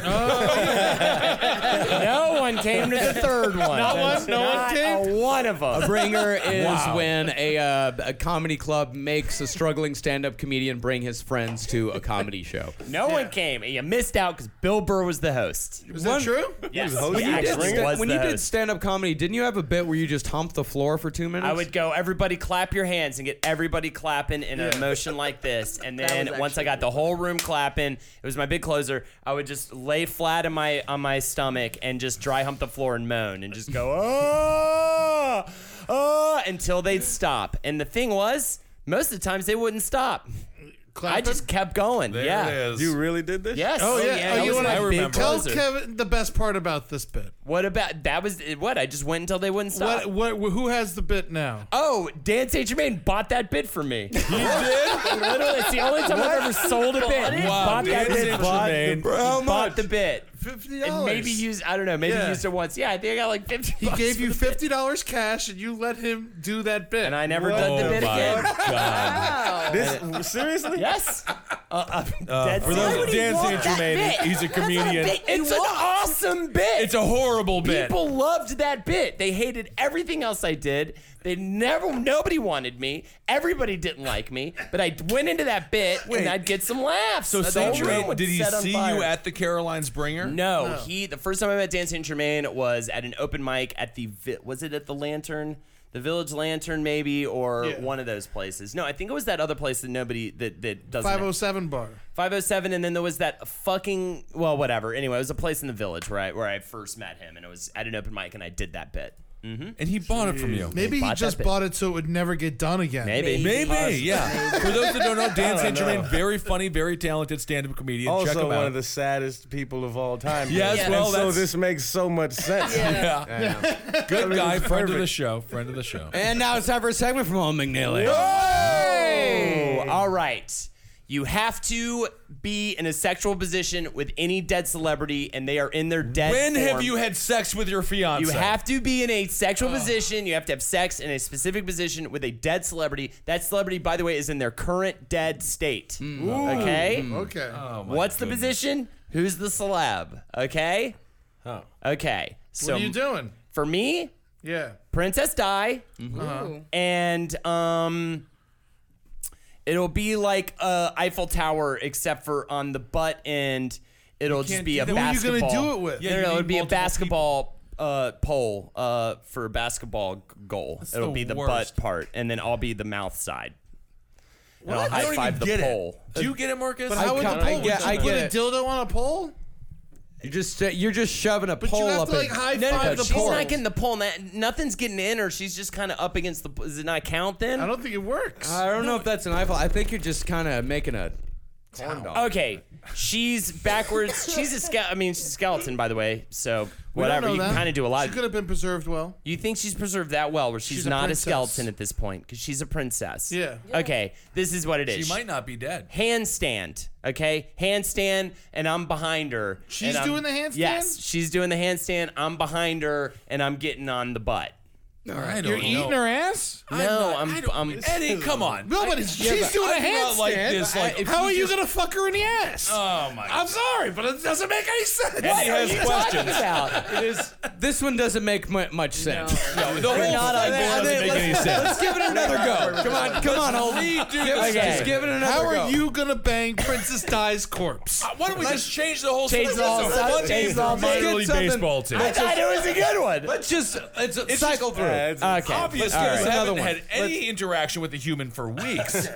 H: no one came to the third one. Not one. No one came. one of
D: <laughs>
H: them.
B: Bringer is when a, uh, a comedy club makes a struggling stand-up comedian bring his friends to a comedy show.
H: No one came. You missed out because Bill Burr was the host.
D: Is that true?
H: Yes,
G: host?
H: he
G: When you did
H: actually
G: stand-
H: was
B: when
H: the
B: you did
H: host.
B: stand-up comedy, didn't you have a bit where you just humped the floor for two minutes?
H: I would go, everybody clap your hands and get everybody clapping in a motion
D: <laughs>
H: like this. And then
E: was
H: once I got the whole room clapping, it was my big closer, I would just lay flat on my on my stomach and just dry hump the floor and moan and
D: <laughs>
H: just go, ah, ah, until they'd stop. And the thing was, most of the times they wouldn't stop. I
D: Clapping?
H: just kept going.
F: There
H: yeah.
F: it is.
G: You really did this?
H: Yes.
D: Oh, yeah. Oh,
H: that
D: you
H: was
D: wanna-
H: my
D: I
H: big
F: remember.
D: Tell
H: closer.
D: Kevin the best part about this bit.
H: What about that? Was what? I just went until they wouldn't stop.
D: What, what who has the bit now?
H: Oh, Dan St. Germain bought that bid for me. He did? Literally, it's the only time I've ever sold a bid. He bought that
F: Dan
H: bid.
F: St.
H: Bought,
F: Germain.
H: he
F: <laughs>
H: bought the bid.
D: Fifty
H: And
D: dollars.
H: maybe used, I don't know, maybe
D: Yeah.
H: used it once. Yeah, I think I got like 50
D: He
H: bucks
D: gave
H: for
D: you
H: the bid.
D: fifty dollars cash, and you let him do that bit.
H: And I never
D: What?
F: Oh
H: done the bid again.
G: This seriously?
H: Yes. Uh, uh, dead
F: For
H: serious.
F: those
E: would he
F: dancing
E: want
F: at
E: that
F: Jermaine,
E: bit?
F: he's
E: That's
F: a
E: not a
F: comedian.
E: bit you
H: It's an
E: want.
H: awesome bit.
F: It's a horrible bit.
H: People loved that bit. They hated everything else I did. They never, nobody wanted me. Everybody didn't like me. But I went into that bit and I'd get some laughs.
F: so
H: The
F: St.
H: whole room
F: Germain,
H: would
F: did he
H: set on
F: see
H: fire.
F: you at the Caroline's Bringer?
H: No, he. The first time I met Dan Saint Germain was at an open mic at the Vi- was it at the Lantern, the Village Lantern, maybe, or
D: Yeah.
H: one of those places. No, I think it was that other place that nobody that that doesn't.
D: Five oh seven bar.
H: 507 and then there was that fucking well whatever anyway it was a place in the village where i where i first met him and it was at an open mic and i did that bit mm-hmm.
F: and he bought it from
D: Maybe he just bought it so it would never get done again.
F: Maybe, yeah. For those that don't know,
G: <laughs>
F: Dan
G: I don't
F: St. Germain,
G: know.
F: very funny, very talented stand-up comedian. Check
G: also
F: him
G: one
F: out.
G: of the saddest people of all time.
F: Yes, Yeah.
G: And
F: well,
G: so
F: that's-
G: this makes so
B: <laughs>
G: much sense.
F: Yeah.
G: I
F: <laughs> Good
G: mean,
F: guy,
G: it's
F: friend of
G: perfect.
F: the show, friend of the show.
B: And now it's time for a segment from Owen McNally.
H: Oh, all right. You have to be in a sexual position with any dead celebrity, and they are in their dead.
F: When have
H: form.
F: you had sex with your fiance?
H: You have to be in a sexual
D: Oh.
H: position. You have to have sex in a specific position with a dead celebrity. That celebrity, by the way, is in their current dead state.
D: Hmm.
H: Okay.
D: Okay.
H: What's the position? Who's the celeb? Okay.
G: Oh.
H: Okay. So
D: what are you doing?
H: for me,
D: Yeah.
H: Princess Di,
D: Ooh.
H: and um, it'll be like a Eiffel Tower, except for on the butt end, it'll just
D: can't
H: be
D: do
H: a
D: that. Who are you
H: basketball.
D: gonna do it with? Yeah,
H: no,
D: you
H: no,
D: need
H: it'd be a
D: multiple
H: basketball uh, pole uh, for a basketball g- goal. it'll
F: the
H: be the
F: worst.
H: butt part, and then I'll be the mouth side. And
F: What?
H: I'll
F: I
H: high
F: don't
H: five
F: even
H: the
F: get it.
H: pole.
F: Do you get it, Marcus?
D: But how would the
B: kinda- I
D: pole?
B: get-
D: would you
B: I
D: put
B: get
D: a
B: it.
D: dildo on a pole?
B: You're just uh, you're just shoving a
D: you
B: pole
D: have
B: up.
D: to, like,
B: in-
D: high
H: No, no,
D: five
H: no,
D: the
H: she's
D: pole.
H: not getting the pole. na- Nothing's getting in her. She's just kind of up against the. p- Does it not count then?
D: I don't think it works.
B: I don't know if that's an Eiffel. I think you're just kind of making a corn dog.
H: Okay, she's backwards. she's a skeleton. I mean, she's a skeleton, by the way. So
D: We don't
H: whatever,
D: know
H: you can
D: that.
H: kind of do a lot.
D: She could have been preserved well.
H: you think she's preserved that well, where she's,
D: She's a
H: not a
D: princess.
H: skeleton at this point because she's a princess.
D: Yeah.
H: Okay, this is what it is.
F: She might not be dead.
H: handstand. Okay, handstand, and I'm behind her.
D: She's
H: and I'm-
D: doing the handstand?
H: Yes, she's doing the handstand. I'm behind her, and I'm getting on the butt.
F: I don't
D: You're eating her ass?
H: No, I'm. I'm
F: Eddie, come on.
D: No, but it's, she's doing a
F: I'm not
D: handstand.
F: like this, like, if
D: how
F: you
D: are you
F: just-
D: gonna fuck her in the ass?
F: Oh my
D: I'm sorry, but it doesn't make any sense.
F: Eddie has questions.
B: It is. This one doesn't make mu- much sense.
F: No, the whole
H: not
F: thing
H: on
F: doesn't
H: board.
F: make any sense.
B: Let's give it another go. Come on, come on, old. Give it-
H: Okay.
B: Just give it another
D: How
B: go.
D: are you gonna bang Princess Di's corpse?
F: Why don't we just change the whole
H: Change the whole
F: It's a
H: sub-
F: one
H: change
F: team
H: the whole
F: for minor
B: sub- get
F: league
B: something-
F: baseball team.
H: I thought it was a good one.
B: Let's just it's, a
F: just-
B: cycle through.
G: Yeah, it's-
H: Okay.
F: Obviously,
H: All
F: I
H: right.
F: haven't
B: Another one.
F: had any interaction with a human for weeks.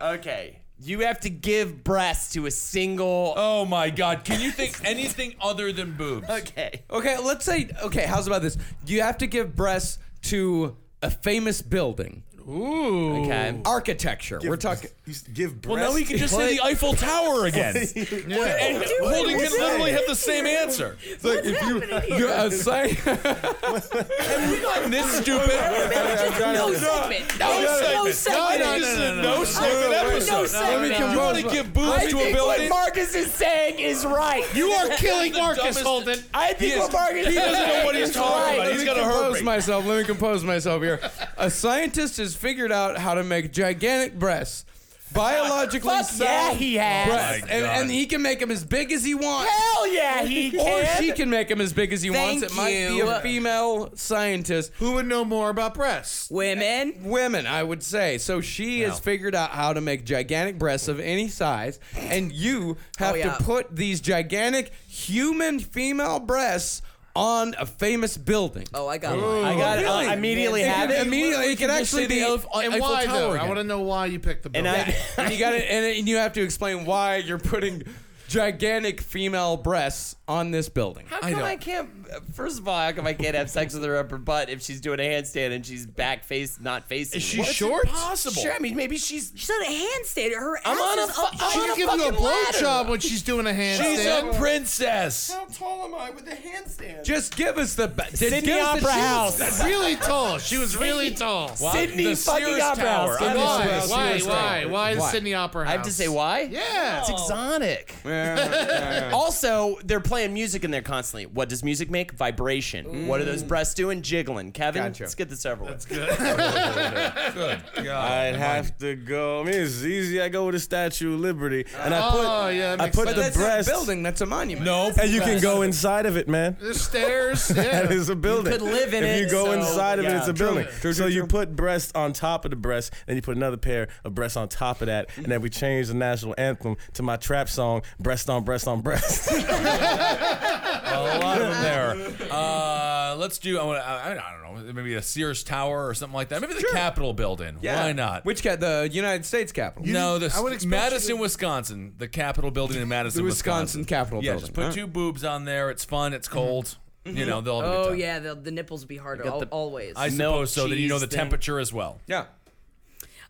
H: Okay. You have to give breasts to a single.
F: oh my god! Can you think anything other than boobs?
H: Okay.
B: okay, let's say. Okay, how's about this? You have to give breasts to a famous building,
H: Okay.
B: architecture. We're talking.
G: You s- give
F: Well, now we can just say the Eiffel Tower again. And Holding can literally have the same answer.
B: It's like if you you're a sci-
F: This stupid.
E: No segment.
F: No
E: No
F: segment. No,
E: segment.
F: this is a no
E: No
F: segment episode.
E: segment.
F: You want to give boobs
H: I
F: to a
H: think what
F: building?
H: Marcus is saying is right.
D: You are killing
F: the
D: Marcus
F: dumbest-
D: Holden.
H: I think
F: He
H: what
F: is-
H: Marcus
F: he
H: is
F: doesn't know
H: saying
F: what he's
H: is <laughs>
F: talking
H: right.
F: about.
B: Let
F: He's
B: me
F: got a heartbreak.
B: compose myself. Let me compose myself here. A scientist has figured out how to make gigantic breasts. Biologically
H: Fuck
B: sound
H: yeah, he has.
B: breasts.
F: Oh my
B: and,
F: God.
B: and he can make them as big as he wants.
H: Hell yeah, he Oh,
B: Or
H: can.
B: she can make them as big as he
E: Thank
B: wants. It might be
E: you.
B: a female scientist.
D: Who would know more about breasts?
E: Women.
B: Women, I would say. So she has figured out how to make gigantic breasts of any size, and you have
E: Oh, yeah.
B: to put these gigantic human female breasts on a famous building.
E: Oh, I got one.
H: I got it.
B: Really?
H: I immediately
B: It could-
H: have it.
B: Immediately, it could actually be.
D: And why though? I want to know why you picked the.
H: And
D: building.
H: I,
B: and you got to and, and you have to explain why you're putting gigantic female breasts on this building.
H: how come I, can't? First of all, how come I can't have sex with her upper butt if she's doing a handstand and she's back face, not facing?
D: Is she
H: me?
D: short?
F: Possible.
H: Sure, I mean maybe she's.
E: She's on a handstand. Her ass
H: I'm on a
E: is
H: fu-
E: up. <laughs>
H: I'm
D: She
H: on
D: can
H: a
D: give you a
H: fucking ladder.
D: blowjob when she's doing a
F: She's
D: handstand.
F: a princess.
K: tall am I with a handstand?
B: Just give us the ba- just
H: Sydney
B: give us the
H: Opera
B: shoes.
H: House.
D: really tall. She was really tall. Why?
H: Sydney
F: the
H: fucking
F: Sears
H: Opera
F: Tower.
H: House.
F: I'm
H: Sydney
F: just-
B: Opera
D: Why? Why?
B: House.
D: Why? Why the
B: Why?
D: Sydney Opera House?
H: I have to say why.
D: Yeah.
H: It's exotic. Also, they're playing music in there constantly. What does music make? Vibration. What are those breasts doing? Jiggling. Kevin,
B: Gotcha.
H: let's get this over with.
G: <laughs> I'd have to go. I mean, it's easy. I go with the Statue of Liberty, and I put
D: Oh, yeah, that
G: I
D: makes
G: put
D: sense.
G: the
B: That's not a
G: breast.
B: building. That's a monument.
F: No.
G: and you can go inside of it, man.
D: There's stairs.
G: <laughs> That
D: Yeah.
G: is a building.
H: could live in
G: if
H: it,
G: you go
H: so-
G: inside of it,
H: yeah,
G: it's a building. so you put breasts on top of the breasts, then you put another pair of breasts on top of that, and then we change the national anthem
H: <laughs>
G: to my trap song, "Breast on Breast on Breast."
B: <laughs>
F: A lot of them there. Sure. Uh, let's do. I, wanna, I, I don't know. Maybe a Sears Tower or something like that. Maybe the Capitol building. Why not?
B: Which cat? The United States Capitol.
F: no, the Madison, Wisconsin, the Capitol building in Madison,
B: The Wisconsin Capitol
F: yeah,
B: building. Mm-hmm.
F: just put
B: Huh?
F: two boobs on there. It's fun. It's cold. You know, they'll have a good
E: Oh
F: time.
E: yeah, the, the nipples will be harder
F: got
E: al-
F: the-
E: always.
F: I suppose so. Then you know the
E: cheese thing.
F: temperature as well.
B: Yeah.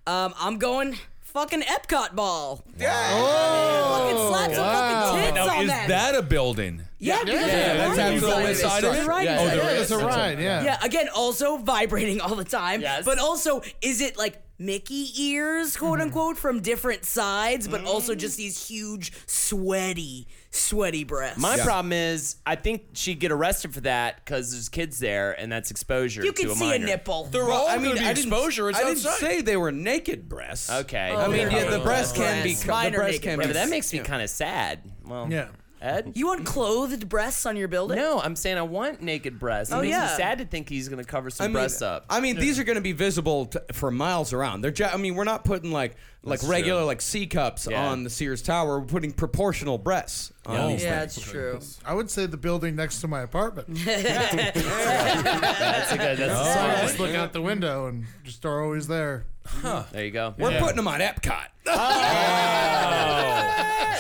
E: Um, I'm going fucking Epcot ball. Yeah.
H: Oh.
E: fucking slap some
F: Wow.
E: fucking tits
F: Now,
E: on
F: is
E: that.
F: that a building?
E: yeah, yeah, because
B: Yeah,
E: there's
B: that's
E: a ride
B: absolutely
E: inside
B: inside
E: of
B: of
E: it.
B: it.
E: Right
F: Oh,
B: Yeah,
E: inside
B: yeah,
E: of
B: yeah,
E: it.
B: that's a
D: ride, yeah.
E: Yeah, again, also vibrating all the time.
H: Yes.
E: But also, is it like Mickey ears, quote unquote, from different sides, but also just these huge, sweaty, sweaty breasts?
H: My problem is, I think she'd get arrested for that because there's kids there, and that's exposure.
E: you
H: to
E: can
H: a
E: see a
H: minor.
E: nipple.
F: They're all
B: I
F: going
B: mean,
F: to be
B: I didn't,
F: exposure. It's
B: I didn't
F: outside.
B: say they were naked breasts.
H: Okay.
B: I mean,
E: Oh, they're
B: yeah, the
E: probably
B: breasts
E: not.
B: can be
E: Breasts.
B: co- the
E: Minor
B: breast
E: naked
B: can be.
E: breasts.
H: but that makes me kind of sad. Well,
D: Yeah.
H: Ed.
E: You want clothed breasts on your building?
H: no, I'm saying I want naked breasts. It
E: Oh,
H: makes
E: yeah.
H: me sad to think he's going to cover some
B: I mean,
H: breasts up.
B: I mean, these are going to be visible t- for miles around. They're. Ju- I mean, we're not putting like like regular like C cups
H: Yeah.
B: on the Sears Tower. We're putting proportional breasts. On
F: Yeah.
B: these.
E: Yeah, that's true.
D: I would say the building next to my apartment.
H: that's a good. That's
D: So
B: <laughs>
H: a solid
D: I
H: one.
D: just look out the window and just are always there.
H: There you go.
B: We're putting them on
D: <laughs>
B: Epcot.
D: Oh.
B: <laughs>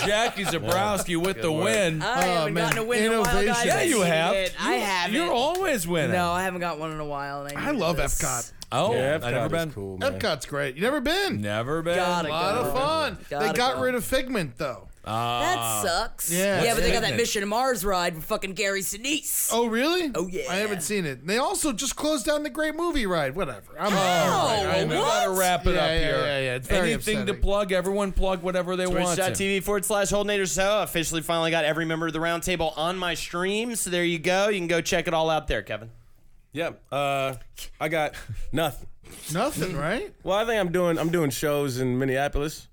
F: Jackie Zabrowski with the win.
E: I haven't
D: man.
E: gotten a win in a while,
D: Innovation.
E: guys.
F: yeah,
E: Uh, I
F: you
E: see
F: have.
E: it. I
F: You-
E: haven't.
F: You're always winning.
E: No, I haven't got one in a while. And I,
D: I
E: need
D: love
E: this.
D: Epcot.
F: Oh,
G: Yeah,
F: I've never been.
G: Cool, man.
D: Epcot's great. You never been?
F: Never been.
E: Gotta
D: A lot
E: go.
D: of fun.
E: Gotta
D: they got
E: go.
D: rid of Figment though.
E: That sucks.
D: Yeah.
E: yeah, but they got that
F: Pigment.
E: Mission to Mars ride with fucking Gary Sinise.
D: Oh really?
E: Oh, yeah.
D: I haven't seen it. They also just closed down the Great Movie Ride. Whatever.
E: Oh,
D: I'm
E: <gasps> How?
D: All right, I
F: Well, we
D: know.
F: gotta wrap it
D: Yeah,
F: up
D: yeah,
F: here.
D: yeah, yeah. It's very
F: Anything
D: upsetting.
F: to plug, everyone plug whatever they want. to.
H: Twitch.tv forward slash Hold Nader Show. Officially finally got every member of the round table on my stream. So there you go. You can go check it all out there, Kevin.
G: Yep. Uh, I got nothing.
D: Nothing, right?
G: Well, I think I'm doing I'm doing shows in Minneapolis,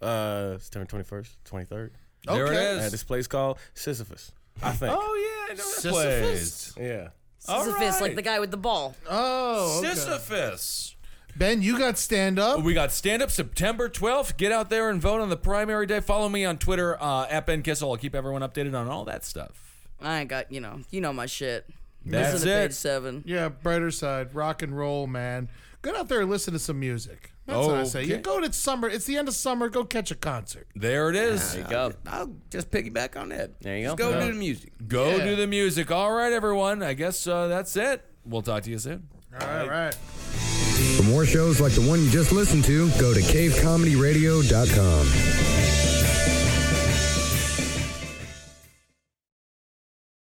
G: uh, September 21st, 23rd.
F: There
D: Okay.
F: it
G: At
F: is.
G: this place called Sisyphus. I think.
F: Oh yeah, I know that
D: Sisyphus?
F: place.
G: Yeah.
F: All
E: Sisyphus, like
F: right.
E: the guy with the ball.
D: Oh, okay.
F: Sisyphus.
D: Ben, you got stand up.
F: We got stand up September 12th. Get out there and vote on the primary day. Follow me on Twitter uh, at Ben Kissel. I'll keep everyone updated on all that stuff.
E: I ain't got you know, you know my shit.
F: That's
E: Listen to
F: it.
E: page seven.
D: Yeah, brighter side, rock and roll, man. Get out there and listen to some music. That's what I say. You
F: Okay.
D: go to summer. It's the end of summer. Go catch a concert.
F: There it is.
H: Go.
B: I'll just piggyback on Ed.
H: There you
B: Just
H: go.
B: go do the music.
F: Go
D: Yeah.
F: do the music. All right, everyone. I guess uh, that's it. We'll talk to you soon.
D: All right.
L: For more shows like the one you just listened to, go to cavecomedyradio.com.